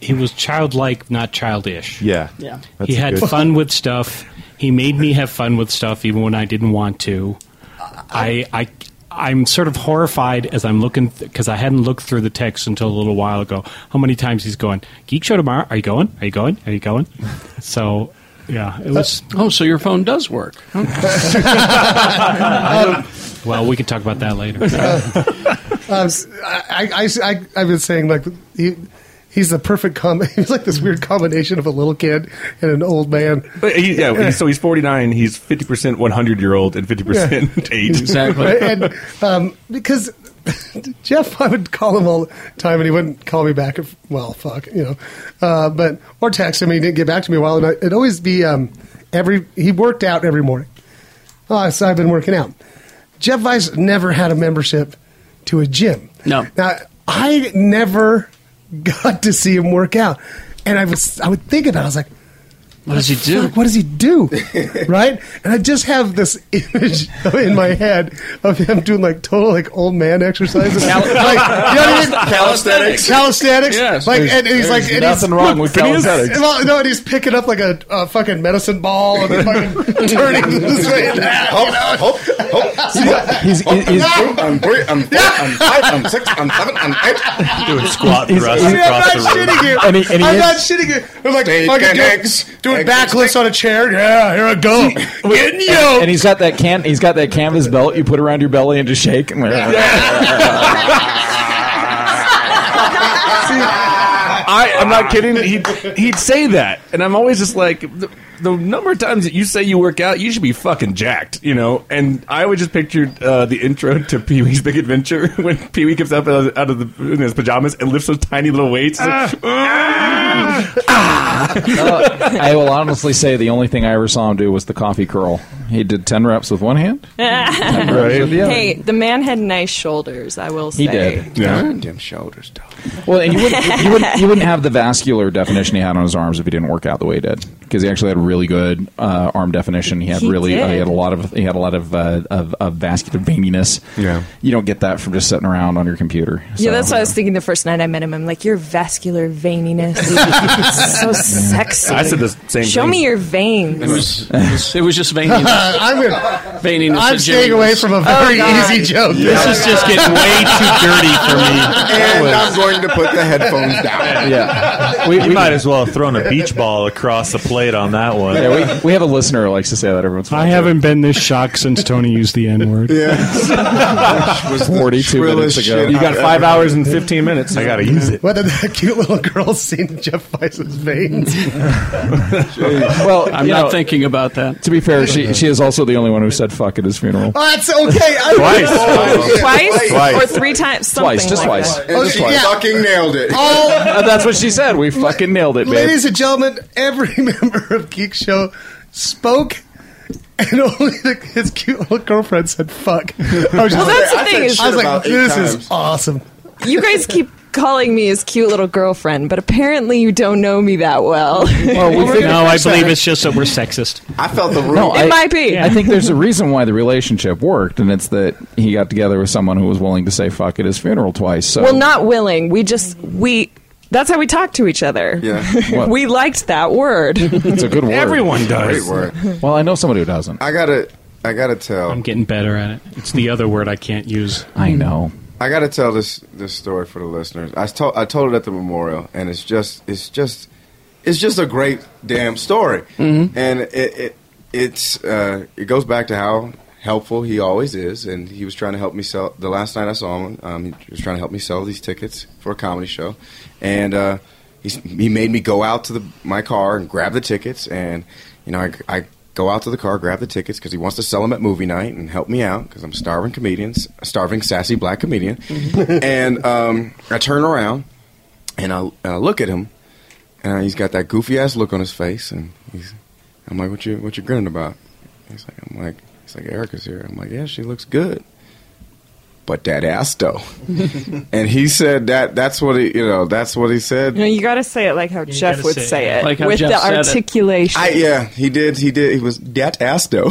he was childlike, not childish.
Yeah.
Yeah.
That's
he had
good.
fun with stuff. He made me have fun with stuff even when I didn't want to. I I I'm sort of horrified as I'm looking because I hadn't looked through the text until a little while ago. How many times he's going geek show tomorrow? Are you going? Are you going? Are you going? So yeah, it was.
Oh, so your phone does work.
Well, we can talk about that later.
Um, I, I, I, I've been saying like he, he's the perfect com. He's like this weird combination of a little kid and an old man.
But he, yeah, he's- so he's 49. He's 50% 100 year old and 50% 8.
Exactly.
and um, because Jeff, I would call him all the time, and he wouldn't call me back. If, well, fuck, you know, uh, but or text him, and he didn't get back to me a while. And I, it'd always be um, every he worked out every morning. Oh, so I've been working out. Jeff Weiss never had a membership to a gym.
No.
Now I never got to see him work out, and I was I would think about. it. I was like,
What does he do?
Fuck, what does he do? right? And I just have this image in my head of him doing like total like old man exercises. like, you know what I mean?
Calisthenics.
Calisthenics.
Yes.
Like, and he's like, and he's,
nothing wrong with calisthenics.
well, no, and he's picking up like a, a fucking medicine ball and fucking turning this way and that.
Hop, hop, hop. Oh, See that?
He's-
Hop,
he's-
two, and three, and four, and five, and six, and seven, and eight.
Doing squat
He's-
thrusts
he's-
See, I'm
across
not
the room.
shitting you.
And he- and he
I'm
is-
not shitting you. I'm like
Steak
fucking
and
doing,
eggs.
doing
Eggs and
backlifts on a chair. Yeah, here I go. Getting yoked.
And he's got that can. He's got that canvas belt you put around your belly and just shake.
I, I'm not kidding. He'd, he'd say that, and I'm always just like, the, the number of times that you say you work out, you should be fucking jacked, you know. And I always just pictured uh, the intro to Pee Wee's Big Adventure when Pee Wee comes up out of, out of the, in his pajamas and lifts those tiny little weights.
I will honestly say the only thing I ever saw him do was the coffee curl. He did ten reps with one hand. 10 reps with the other.
Hey, the man had nice shoulders. I will say.
He did.
Damn shoulders, dog.
Well, and you wouldn't, you wouldn't you wouldn't have the vascular definition he had on his arms if he didn't work out the way he did because he actually had really good uh, arm definition. He had
He
really uh, he
did.
had a lot of he had a lot of uh, of, of vascular veininess.
Yeah.
you don't get that from just sitting around on your computer.
Yeah,
So-
that's what I was thinking the first night I met him. I'm like, your vascular veininess is so sexy.
I said the same
Show
thing.
me your veins.
It was just veininess.
I'm gonna.
veininess
I'm
and
staying away
gentleness.
from a
Oh,
very
God.
easy joke.
This is just getting way too dirty for me.
And I'm going to put the headphones down.
yeah, we,
You
we-
might as well have thrown a beach ball across the plate on that one.
yeah, we, we have a listener who likes to say that every once in a
I
while.
haven't been this shocked since Tony used the N word.
Was the
42 minutes
shrillest
ago.
shit
You
I've
got
ever-
five hours and
15 minutes. I got
gotta use it.
What did that cute little girl see in Jeff Weiss's veins?
Well,
I'm
you
not
know,
thinking about that.
To be fair, she she is also the only one who said fuck at his funeral.
Oh, that's okay. I
Twice?
Twice.
or three times? Something
Twice, just
like
twice.
that.
And Oh, she
Yeah.
fucking nailed it.
All,
Uh, that's what she said. We fucking nailed it, babe.
ladies and gentlemen, every member of Geek Show spoke, and only the, his cute little girlfriend said "fuck." I was, just
Well, that's
like,
the thing is,
I was like,
About eight
"This
times.
is awesome."
you guys keep calling me his cute little girlfriend, but apparently you don't know me that well.
Well, we figured-
No, I believe it's just that we're sexist.
I felt the room.
No, I-
it might be.
I think there's a reason why the relationship worked, and it's that he got together with someone who was willing to say fuck at his funeral twice. So,
Well, not willing. We just we. That's how we talk to each other.
Yeah.
What?
we liked that word.
it's a good word.
Everyone
Great
does.
work.
Well, I know somebody who doesn't.
I gotta, I gotta tell.
I'm getting better at it. It's the other word I can't use.
I know.
I got to tell this this story for the listeners. I told I told it at the memorial, and it's just it's just it's just a great damn story,
Mm-hmm.
and it, it it's uh, it goes back to how helpful he always is, and he was trying to help me sell. The last night I saw him, um, he was trying to help me sell these tickets for a comedy show, and uh, he he made me go out to the my car and grab the tickets, and you know I. I Go out to the car, grab the tickets because he wants to sell them at movie night and help me out because I'm starving comedians, starving sassy black comedian. and um, I turn around and I, and I look at him, and he's got that goofy ass look on his face, and he's, I'm like, what you what you grinning about? He's like, I'm like, he's like, Erica's here. I'm like, yeah, she looks good, but that ass though. and he said that that's what he you know that's what he said.
You, know, you got to say it like how Jeff
gotta
would
say it.
say it,
Like how
with
Jeff
the
said it.
articulation.
I yeah he did he did he was that ass though.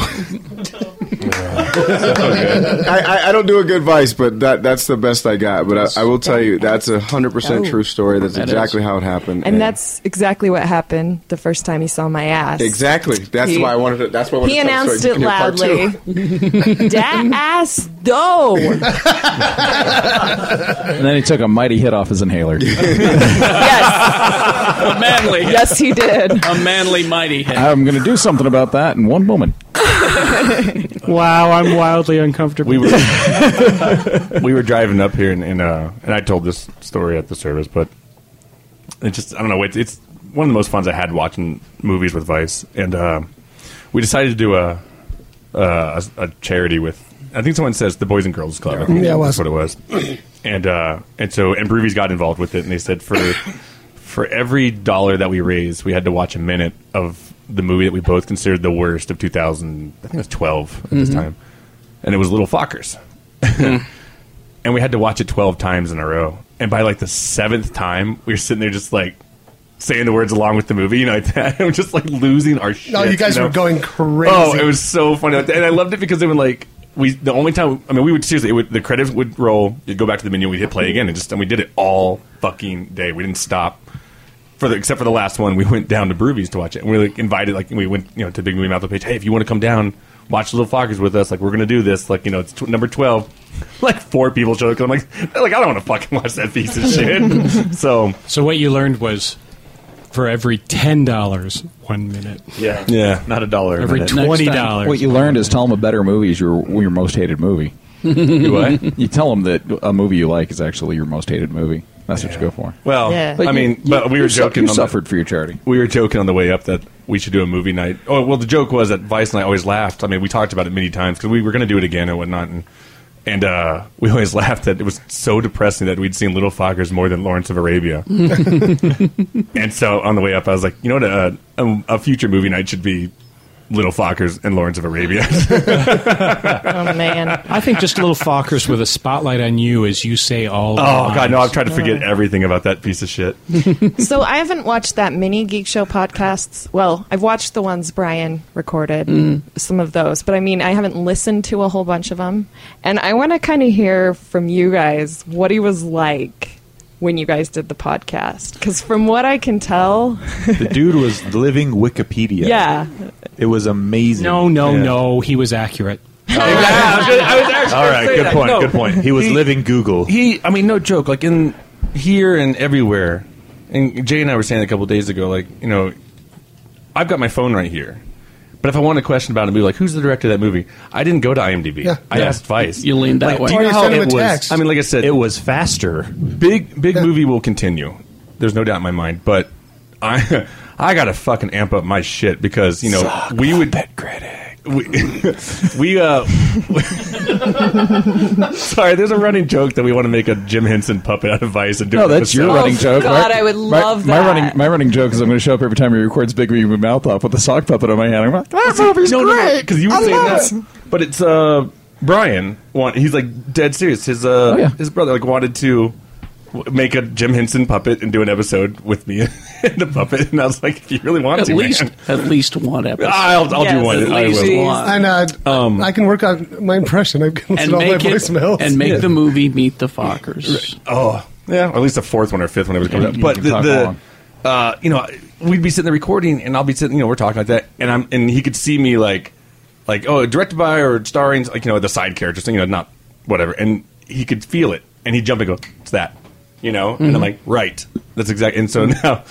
I, I, I don't do a good vice, but that that's the best I got. But I, I will tell you, that's a hundred percent
Oh.
true story. That's exactly how it happened.
And that's exactly what happened the first time he saw my ass.
exactly that's
He-
why I wanted. To, that's why I wanted
He
to tell the
announced
story.
it
You can hear
loudly.
part two.
that ass, though.
And then he took a mighty hit off his inhaler.
Yes.
A manly hit.
Yes, he did.
A manly mighty hit.
I'm going to do something about that in one moment.
Wow, I'm wildly uncomfortable.
we were we were driving up here, and and, uh, and I told this story at the service, but it just I don't know. It's, it's one of the most funs I had watching movies with Vice, and uh, we decided to do a, uh, a a charity with. I think someone says the Boys and Girls Club. I think
Yeah, it was.
that's what it was. And uh, and so and Broovies got involved with it, and they said for for every dollar that we raised, we had to watch a minute of the movie that we both considered the worst of 2000. I think it was 12 at this
Mm-hmm.
time, and it was Little Fockers and we had to watch it 12 times in a row. And by like the seventh time, we were sitting there just like saying the words along with the movie, you know, like that. And we're just like losing our shit.
No, you guys
you know?
were going crazy.
Oh, it was so funny, and I loved it because it would like we the only time I mean we would seriously it would, the credits would roll, you'd go back to the menu, we'd hit play again, and just and we did it all fucking day. We didn't stop for the except for the last one. We went down to Broovies to watch it, and we like invited like we went you know to Big Movie Mouth page. Hey, if you want to come down, watch Little Fockers with us. Like we're gonna do this. Like you know it's tw- number twelve. Like four people showed up. 'cause I'm like, like I don't want to fucking watch that piece of shit. so
so what you learned was for every ten dollars, one minute.
yeah, yeah, not a dollar.
Every twenty dollars.
What you learned is tell them a better movie is your your most hated movie.
what?
You tell them that a movie you like is actually your most hated movie. That's what you go for.
Well,
Yeah.
I mean, but we
you
were
su-
joking.
You
on that.
suffered for your charity.
we were joking on the way up that we should do a movie night. Oh well, the joke was that Vice and I always laughed. I mean, we talked about it many times because we were going to do it again and whatnot, and and uh, we always laughed that it was so depressing that we'd seen Little Fockers more than Lawrence of Arabia. and so on the way up, I was like, you know what, a, a, a future movie night should be Little Fockers and Lawrence of Arabia.
Oh, man.
I think just little Fockers with a spotlight on you as you say all.
oh God, no! I've tried to forget everything about that piece of shit.
So I haven't watched that many Geek Show podcasts. Well, I've watched the ones Brian recorded,
Hmm.
some of those, but I mean, I haven't listened to a whole bunch of them. And I want to kind of hear from you guys what he was like when you guys did the podcast. Because from what I can tell,
The dude was living Wikipedia.
yeah,
It was amazing.
No, no, no. He was accurate.
All right, good point. Good point. He was living Google.
he i mean no joke like in here and everywhere and jay and i were saying a couple days ago like you know i've got my phone right here but if i want a question about a movie like who's the director of that movie i didn't go to imdb
Yeah.
i asked vice
You leaned that
like,
way.
do you know
Or you
how
send him
it
a
was
text.
i mean like i said
it was faster.
big big movie will continue there's no doubt in my mind but i i gotta fucking amp up my shit because you know we would bet critic we, we uh sorry there's a running joke that we want to make a jim henson puppet out of vice and do
No,
an
that's your
episode.
running joke.
Oh, God, I would love
my,
that.
My running, my running joke is I'm going to show up every time he records Big Me with mouth off with a sock puppet on my hand. I'm like, that movie's
no,
great.
because you were saying that. But it's uh, Brian. Want, he's like dead serious. His uh,
Oh, yeah.
his brother like wanted to w- make a Jim Henson puppet and do an episode with me and the puppet. And I was like, if you really want
At
to,
least,
man.
at least one episode.
I'll, I'll
Yes,
do one.
at
I
least
will.
And
one.
uh,
Um,
I can work on my impression. I can listen
and
to all my
make it,
voicemails.
and make the movie meet the Fockers.
Oh, yeah, or at least the fourth one or fifth one.
Yeah,
Whatever
you
comes up.
can
But
talk
the,
along.
the uh, you know, we'd be sitting there recording, and I'll be sitting, you know, we're talking like that, and I'm, and he could see me like, like, oh, directed by or starring, like, you know, the side characters, you know, not whatever, and he could feel it, and he'd jump and go, it's that, you know, and I'm like, right, that's exact, and so now.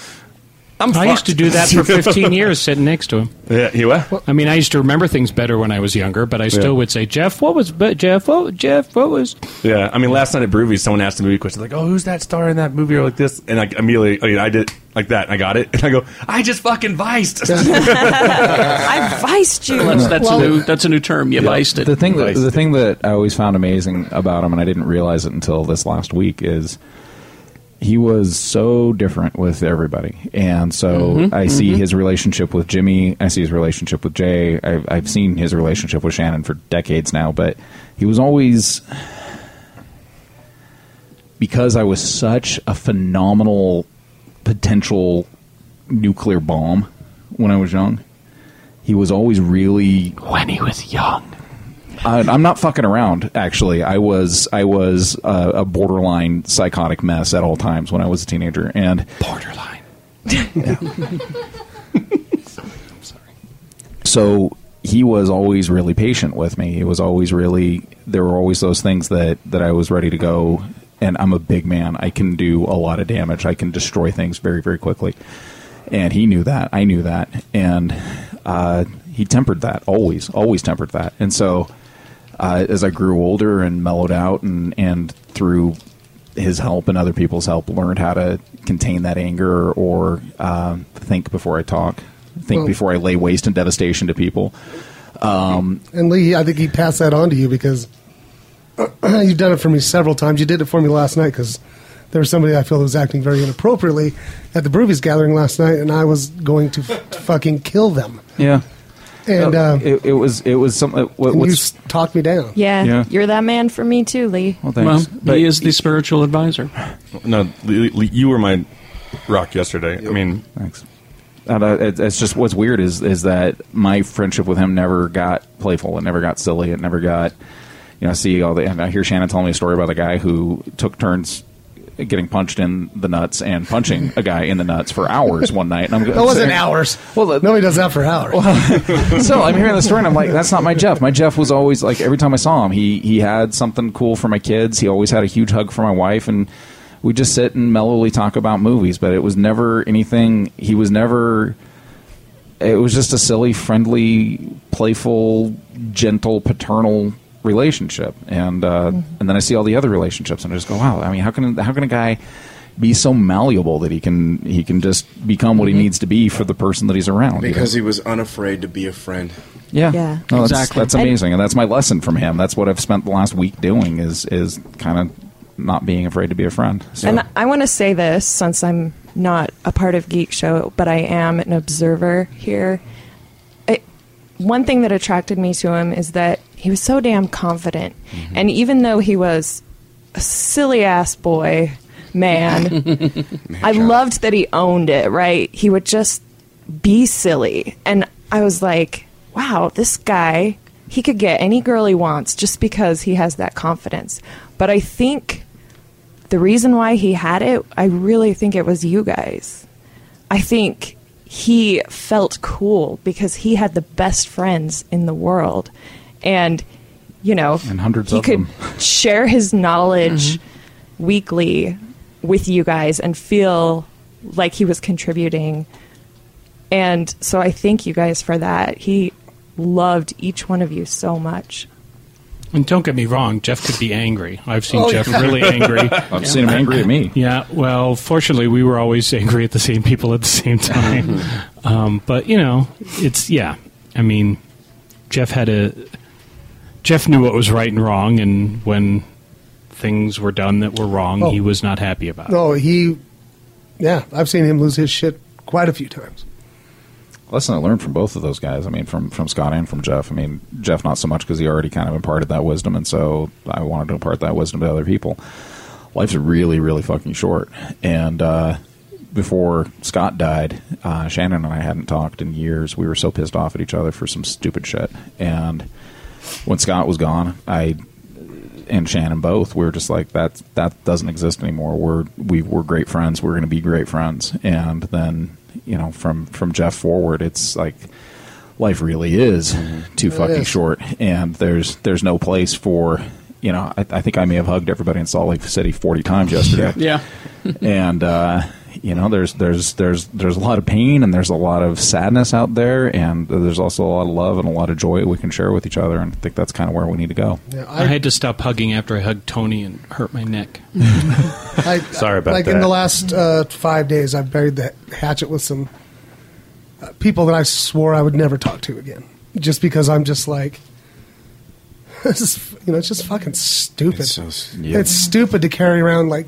I'm
I used
fucked.
to do that for 15 years, sitting next to him.
Yeah, you what?
I mean, I used to remember things better when I was younger, but I still
Yeah.
would say, "Jeff, what was but Jeff? What Jeff? What was?"
Yeah, I mean, last night at Broovies, someone asked a movie question, like, "Oh, who's that star in that movie?" or like this, and I immediately, I, mean, I did like that, and I got it, and I go, "I just fucking viced."
I viced you.
That's, that's a new that's a new term. You viced it.
The thing that
Nice.
the thing that I always found amazing about him, and I didn't realize it until this last week, is he was so different with everybody. And so I see his relationship with Jimmy. I see his relationship with Jay. I've, I've seen his relationship with Shannon for decades now, but he was always because I was such a phenomenal potential nuclear bomb when I was young. He was always really
when he was young.
I, I'm not fucking around. Actually, I was I was uh, a borderline psychotic mess at all times when I was a teenager, and borderline. so he was always really patient with me. He was always really there were always those things that that I was ready to go and I'm a big man. I can do a lot of damage. I can destroy things very very quickly. And he knew that. I knew that. And uh, he tempered that always, always tempered that. And so uh, as I grew older and mellowed out and and through his help and other people's help learned how to contain that anger or um, think before I talk, think
Well-
before I lay waste and devastation to people. Um,
And Lee, I think he passed that on to you because you've done it for me several times. You did it for me last night because there was somebody I feel that was acting very inappropriately at the Broovies gathering last night, and I was going to f- fucking kill them.
Yeah,
And, uh,
it, it was it was something. What,
and you s-
what's
talked me down.
Yeah,
Yeah.
you're that man for me too, Lee.
well,
Well,
thanks.
he is the spiritual advisor.
No, Lee- Lee, you were my rock yesterday. I mean,
Thanks. And, uh, it, it's just what's weird is is that my friendship with him never got playful. It never got silly. It never got you know. I See all the and I hear Shannon telling me a story about a guy who took turns getting punched in the nuts and punching a guy in the nuts for hours one night. And I'm
That wasn't hours.
Well, the-
nobody does that for hours.
so I'm hearing the story, and I'm like, that's not my Jeff. My Jeff was always like, every time I saw him, he he had something cool for my kids. He always had a huge hug for my wife, and we just sit and mellowly talk about movies. But it was never anything. He was never. It was just a silly, friendly, playful, gentle, paternal relationship, and uh, and then I see all the other relationships, and I just go, wow. I mean, how can how can a guy be so malleable that he can he can just become what he needs to be for the person that he's around you know?
Because he was unafraid to be a friend.
Yeah,
Yeah.
No, that's,
Exactly.
That's amazing, and that's my lesson from him. That's what I've spent the last week doing is is kind of not being afraid to be a friend. So,
And I want to say this since I'm not a part of Geek Show, but I am an observer here. It, one thing that attracted me to him is that he was so damn confident. And even though he was a silly ass boy, man, I loved that he owned it, right? He would just be silly. And I was like, wow, this guy, he could get any girl he wants just because he has that confidence. But I think the reason why he had it, I really think it was you guys. I think he felt cool because he had the best friends in the world. And, you know,
And hundreds
he
of
could
them. Mm-hmm.
share his knowledge weekly with you guys and feel like he was contributing. And so I thank you guys for that. He loved each one of you so much.
And don't get me wrong, Jeff could be angry. I've seen
Oh,
Jeff
yeah.
really angry.
I've seen him angry at me.
Yeah, well, fortunately, we were always angry at the same people at the same time. um, but you know, it's yeah. I mean, Jeff had a Jeff knew what was right and wrong, and when things were done that were wrong,
Oh.
he was not happy about. it.
No, he. Yeah, I've seen him lose his shit quite a few times.
Lesson I learned from both of those guys. I mean, from from Scott and from Jeff. I mean, Jeff not so much because he already kind of imparted that wisdom, and so I wanted to impart that wisdom to other people. Life's really, really fucking short, and. uh before Scott died, uh, Shannon and I hadn't talked in years. We were so pissed off at each other for some stupid shit. And when Scott was gone, I and Shannon both, we were just like that. That doesn't exist anymore. We're we we're great friends. We're going to be great friends. And then you know, from from Jeff forward, it's like life really is too fucking
is.
short. And there's there's no place for you know. I, I think I may have hugged everybody in Salt Lake City forty times yesterday
Yeah.
and uh, you know there's there's there's there's a lot of pain and there's a lot of sadness out there and there's also a lot of love and a lot of joy we can share with each other and I think that's kind of where we need to go.
Yeah,
I had to stop hugging after I hugged Tony and hurt my neck.
I,
Sorry about
like
that.
in the last uh, five days, I've buried the hatchet with some uh, people that I swore I would never talk to again, just because I'm just like, this is, you know, it's just fucking stupid.
It's so s-
It's stupid to carry around like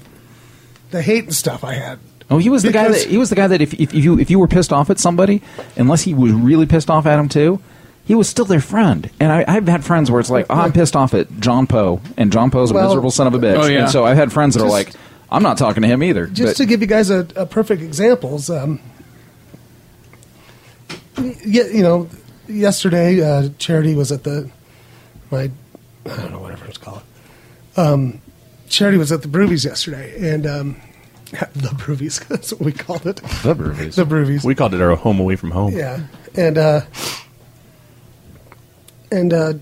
the hate and stuff I had.
Oh, he was the guy
Because-
that he was the guy that if, if you if you were pissed off at somebody, unless he was really pissed off at him too, he was still their friend. And I, I've had friends where it's like, oh, I'm pissed off at John Poe, and John Poe's a
Well-
miserable son of a bitch.
Oh, yeah.
And so I've had friends that are
Just-
like, I'm not talking to him either.
just
But-
to give you guys a, a perfect examples, um, y- you know, yesterday uh, Charity was at the my I don't know whatever it's called. Um, Charity was at the Broovies yesterday, and um, the Broovies that's what we called it.
The Broovies.
The Broovies.
We called it our home away from home.
Yeah, and uh, and uh,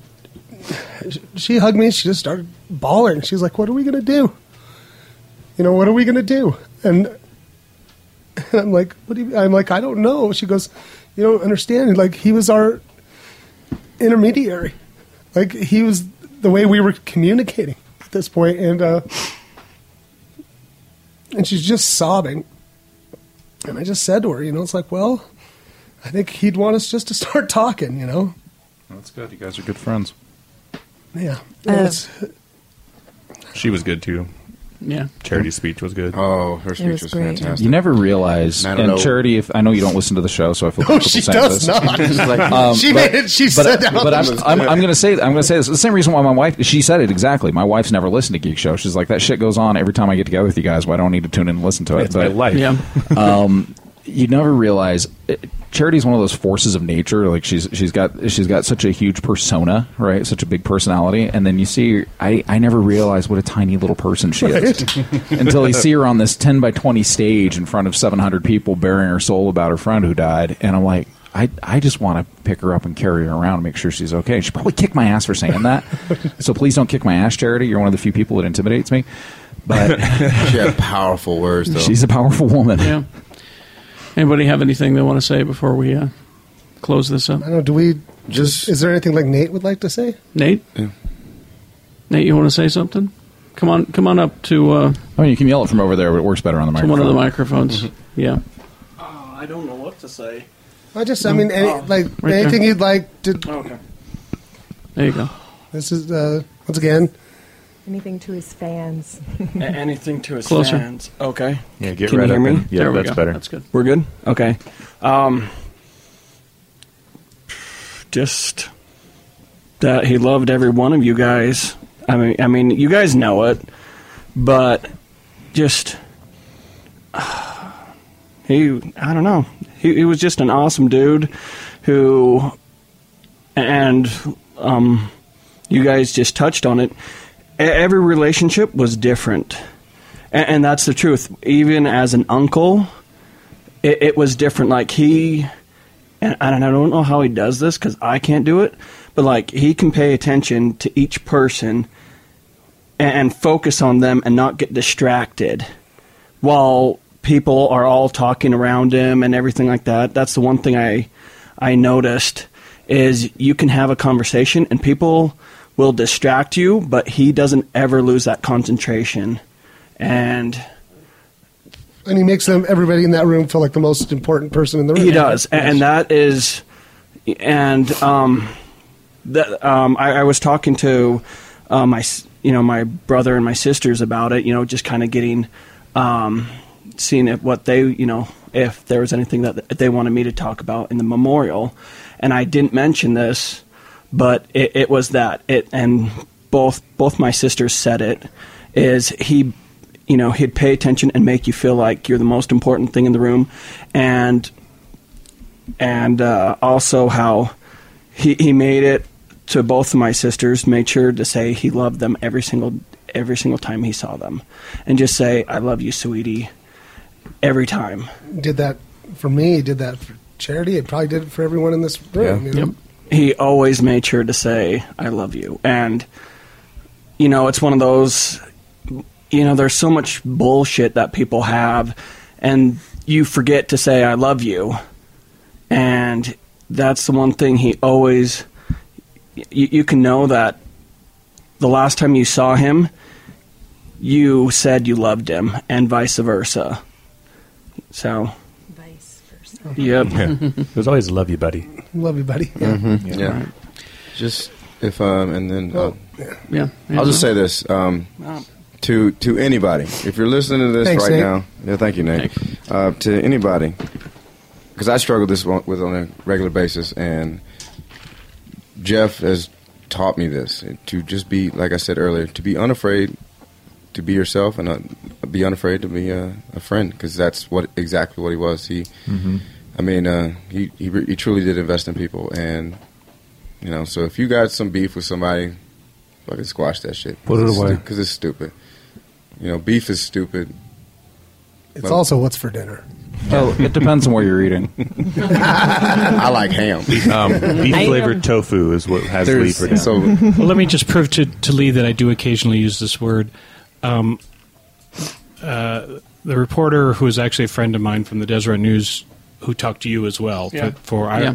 sh- she hugged me. and She just started bawling. She's like, "What are we gonna do? You know, what are we gonna do?" And, and I'm like, "What do you?" I'm like, "I don't know." She goes, "You don't understand. Like he was our intermediary. Like he was the way we were communicating at this point, and uh, and she's just sobbing." And I just said to her, you know, it's like, well, I think he'd want us just to start talking, you know?
That's good. You guys are good friends.
Yeah.
Uh,
That's-
She was good too.
Yeah.
Charity's speech was good.
Oh, her speech
was
was,
great.
fantastic.
You never realize.
I don't
And
know.
Charity, if I know you don't listen to the show, so I feel
no,
comfortable
she
saying
does
this.
not.
Um,
she
but-
made it. She
but,
said that.
but I'm,
was
I'm,
good.
I'm going to say I'm going to say this. It's the same reason why my wife she said it exactly. My wife's never listened to Geek Show. She's like that shit goes on every time I get together with you guys. Why don't I need to tune in and listen to it? um,
It's my life.
Yeah.
you never realize it, charity's one of those forces of nature like she's she's got she's got such a huge persona right such a big personality and then you see i i never realized what a tiny little person she is until you see her on this 10 by 20 stage in front of 700 people bearing her soul about her friend who died and i'm like I, I just want to pick her up and carry her around and make sure she's okay. She probably kick my ass for saying that. so please don't kick my ass, Charity. You're one of the few people that intimidates me. But
She had powerful words, though.
she's a powerful woman.
Yeah. Anybody have anything they want to say before we uh, close this up?
I don't know. Do we.
Just-
Is there anything like Nate would like to say?
Nate? Nate, you want to say something? Come on, come on up to uh,
I mean, you can yell it from over there, but it works better on the
to
microphone.
one
Mm-hmm.
of the microphones. Yeah.
Uh, I don't know what to say. Um,
I just, I mean, any, like
Right there.
anything you'd like to.
Okay.
There you go.
This is, uh, once again,
Anything to his fans.
anything to his
Closer.
fans. Okay.
Yeah, get
Can you
right
hear
up
me?
and- Yeah,
there we
that's
go.
better.
That's good.
We're good? Okay. Um, just that he loved every one of you guys. I mean, I mean, you guys know it, but just he, I don't know. He, he was just an awesome dude who, and um, you guys just touched on it. E- Every relationship was different. And, and that's the truth. Even as an uncle, it, it was different. Like he, and I don't, I don't know how he does this because I can't do it, but like he can pay attention to each person and, and focus on them and not get distracted while people are all talking around him and everything like that. That's the one thing I I noticed is you can have a conversation and people will distract you, but he doesn't ever lose that concentration. And
and he makes them everybody in that room feel like the most important person in the room.
He does, and, and that is, and um, that um, I, I was talking to uh, my s- you know my brother and my sisters about it. You know, just kind of getting, um, seeing if what they you know if there was anything that they wanted me to talk about in the memorial, and I didn't mention this, but it, it was that it and both both my sisters said it is he you know he'd pay attention and make you feel like you're the most important thing in the room and and uh, also how he, he made it to both of my sisters made sure to say he loved them every single every single time he saw them and just say i love you sweetie every time
Did that for me, did that for charity. It probably did it for everyone in this room.
Yeah.
You know?
he always made sure to say i love you and you know it's one of those you know there's so much bullshit that people have and you forget to say i love you and that's the one thing he always y- you can know that the last time you saw him you said you loved him and vice versa so
Vice versa.
yep
It was always love you, buddy.
Love you, buddy. Yeah.
Mm-hmm. yeah. Just if um, and then uh,
Well,
Yeah.
I'll just say this um, to to anybody. If you're listening to this
Thanks,
right
Nate.
now, yeah, thank you, Nate. Uh, to anybody, because I struggle this one with on a regular basis, and Jeff has taught me this eh, to just be like I said earlier, to be unafraid, to be yourself, and uh, be unafraid to be a, a friend, because that's what exactly what he was. He,
Mm-hmm.
I mean, uh, he, he re- he truly did invest in people, and you know, so if you got some beef with somebody, Fucking squash that shit.
Put it away.
Because it's stupid. You know, beef is stupid.
It's also what's for dinner.
Oh, it depends on where you're eating.
I like ham.
Um, beef
Ham.
flavored tofu is what has Lee for dinner.
well, let me just prove to, to Lee that I do occasionally use this word. Um, uh, the reporter, who is actually a friend of mine from the Deseret News, who talked to you as well
Yeah.
for, for our,
Yeah.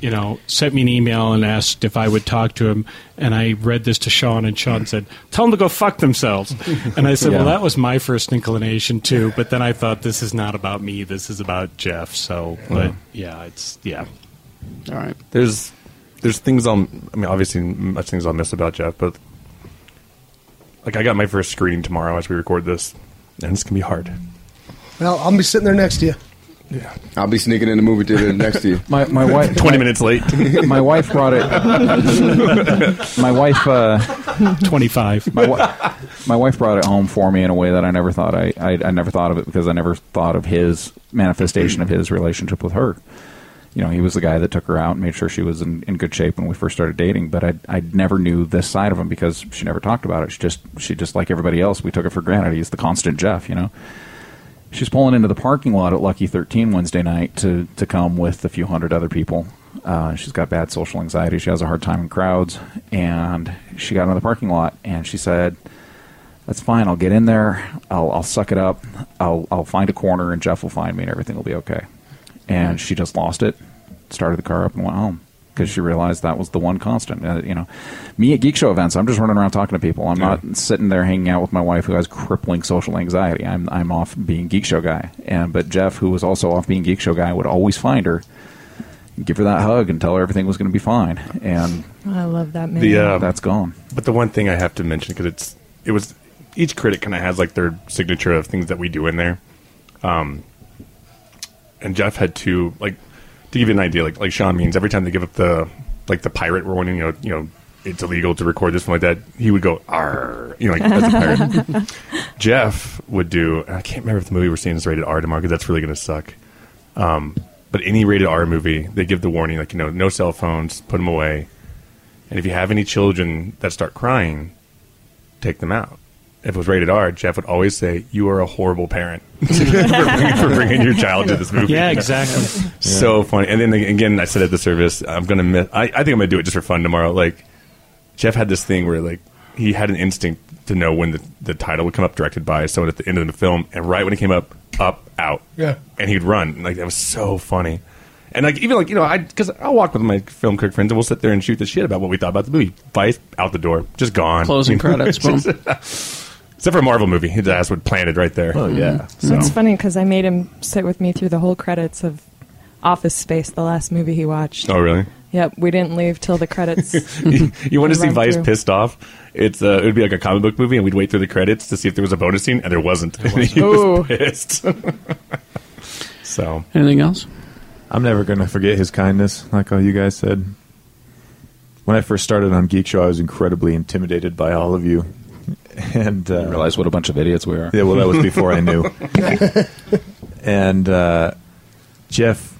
you know, sent me an email and asked if I would talk to him, and I read this to Sean, and Sean said, "Tell them to go fuck themselves," and I said, "Well,
Yeah.
that was my first inclination too," but then I thought, "This is not about me. This is about Jeff." So, but yeah, it's yeah.
All right.
There's there's things I'll I mean obviously much things I'll miss about Jeff, but like I got my first screening tomorrow as we record this, and it's gonna be hard.
Well, I'll be sitting there next to you.
I'll be sneaking in the movie theater next to you.
My my wife.
Twenty minutes late.
My wife brought it. My wife. Uh,
Twenty-five.
My, wi- my wife brought it home for me in a way that I never thought I, I I never thought of it because I never thought of his manifestation of his relationship with her. You know, he was the guy that took her out and made sure she was in, in good shape when we first started dating. But I I never knew this side of him because she never talked about it. She just she just like everybody else, we took it for granted. He's the constant Jeff, you know. She's pulling into the parking lot at Lucky 13 Wednesday night to, to come with a few hundred other people. Uh, she's got bad social anxiety. She has a hard time in crowds. And she got into the parking lot and she said, That's fine. I'll get in there. I'll, I'll suck it up. I'll, I'll find a corner and Jeff will find me and everything will be okay. And she just lost it, started the car up and went home. Because she realized that was the one constant, uh, you know. Me at geek show events, I'm just running around talking to people. I'm not sitting there hanging out with my wife who has crippling social anxiety. I'm I'm off being geek show guy, and but Jeff, who was also off being geek show guy, would always find her, give her that hug, and tell her everything was going to be fine. And
Oh, I love that man.
the uh,
that's gone.
But the one thing I have to mention because it's it was each critic kind of has like their signature of things that we do in there, um, and Jeff had two like to give you an idea like like Sean means every time they give up the like the pirate warning you know you know it's illegal to record this one like that he would go R you know like as a pirate. Jeff would do. and I can't remember if the movie we're seeing is rated R tomorrow because that's really going to suck. Um, but any rated R movie, they give the warning like you know no cell phones, put them away, and if you have any children that start crying, take them out. If it was rated R, Jeff would always say, "You are a horrible parent for, bringing, for bringing your child to this movie."
Yeah, exactly.
So funny. And then again, I said at the service, I'm gonna miss. I, I think I'm gonna do it just for fun tomorrow. Like Jeff had this thing where like he had an instinct to know when the, the title would come up, directed by someone at the end of the film, and right when it came up, up out.
Yeah.
And he'd run. Like that was so funny. And like even like you know I because I'll walk with my film critic friends and we'll sit there and shoot the shit about what we thought about the movie. Vice out the door, just gone.
Closing credits, boom.
Except for a Marvel movie, his ass would planted right there. Oh yeah. So
Mm-hmm. It's funny because I made him sit with me through the whole credits of Office Space, the last movie he watched.
Oh, really?
Yep, we didn't leave till the credits.
you, want to see
Run
Vice
through.
pissed off? It's uh, it would be like a comic book movie, and we'd wait through the credits to see if there was a bonus scene, and there wasn't. he was pissed. so
Anything else?
I'm never going to forget his kindness, like all you guys said. When I first started on Geek Show, I was incredibly intimidated by all of you, and uh,
realized what a bunch of idiots we are.
Yeah, well, that was before I knew. and uh, Jeff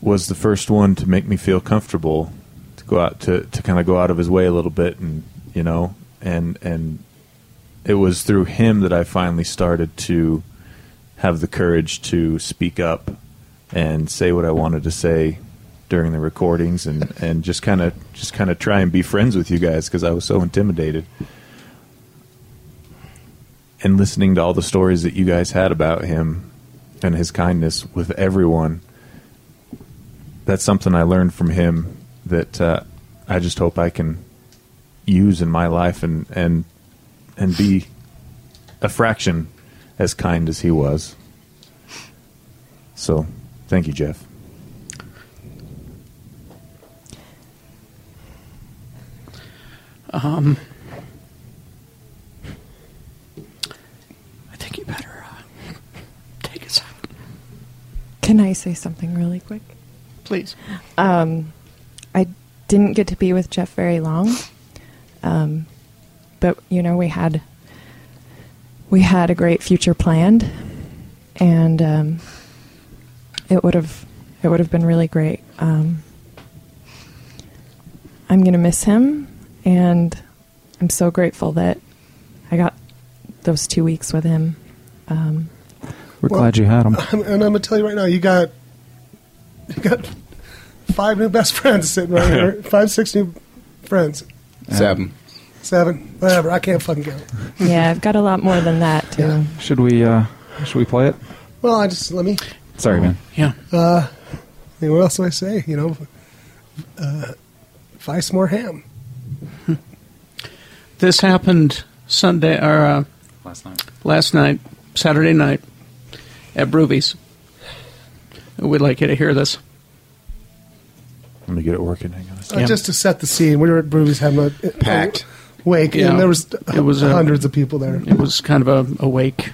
was the first one to make me feel comfortable to go out to, to kind of go out of his way a little bit, and you know, and and it was through him that I finally started to have the courage to speak up and say what I wanted to say during the recordings, and and just kind of just kind of try and be friends with you guys because I was so intimidated and listening to all the stories that you guys had about him and his kindness with everyone, that's something I learned from him that uh, I just hope I can use in my life and and and be a fraction as kind as he was. So, thank you, Jeff.
Um, I think you better uh, take us out.
Can I say something really quick?
Please.
Um, I didn't get to be with Jeff very long, um, but you know we had we had a great future planned, and um, it would have it would have been really great. Um, I'm gonna miss him, and I'm so grateful that I got those two weeks with him. Um,
We're glad you had him.
I'm, and I'm gonna tell you right now, you got you got five new best friends sitting right here. five, six new friends.
Seven.
Seven, whatever. I can't fucking count.
yeah, I've got a lot more than that too.
Should we? uh Should we play it?
Well, I just let me.
Sorry, man.
Yeah.
Uh, I mean, what else do I say? You know, uh, vice more ham.
hmm. This happened Sunday or uh,
Last night.
last night, Saturday night, at Broovies. We'd like you to hear this.
Let me get it working. Hang on. a
Uh,
second.
just to set the scene, we were at Broovies having a
Packed.
a wake,
Yeah.
and there was,
It was a-
hundreds of people there.
It was kind of a, a wake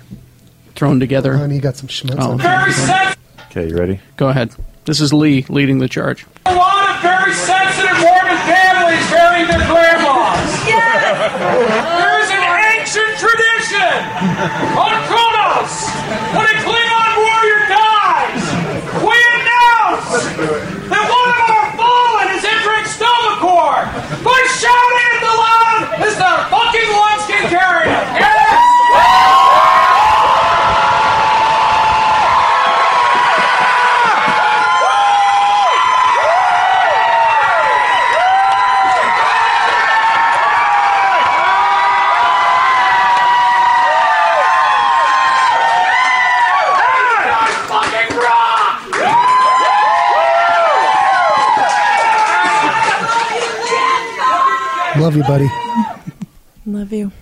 thrown together.
And he got some schmutz.
Oh,
on.
okay.
Okay, you ready?
go ahead. This is Lee leading the charge.
A lot of very sensitive Mormon families burying their grandmas. There is an ancient tradition on Kronos when a Klingon warrior dies. We announce that one of our fallen is entering stomachcore by shouting at the loud as the fucking ones can carry him. Yes! Fucking rock!
Love you, buddy.
Love you.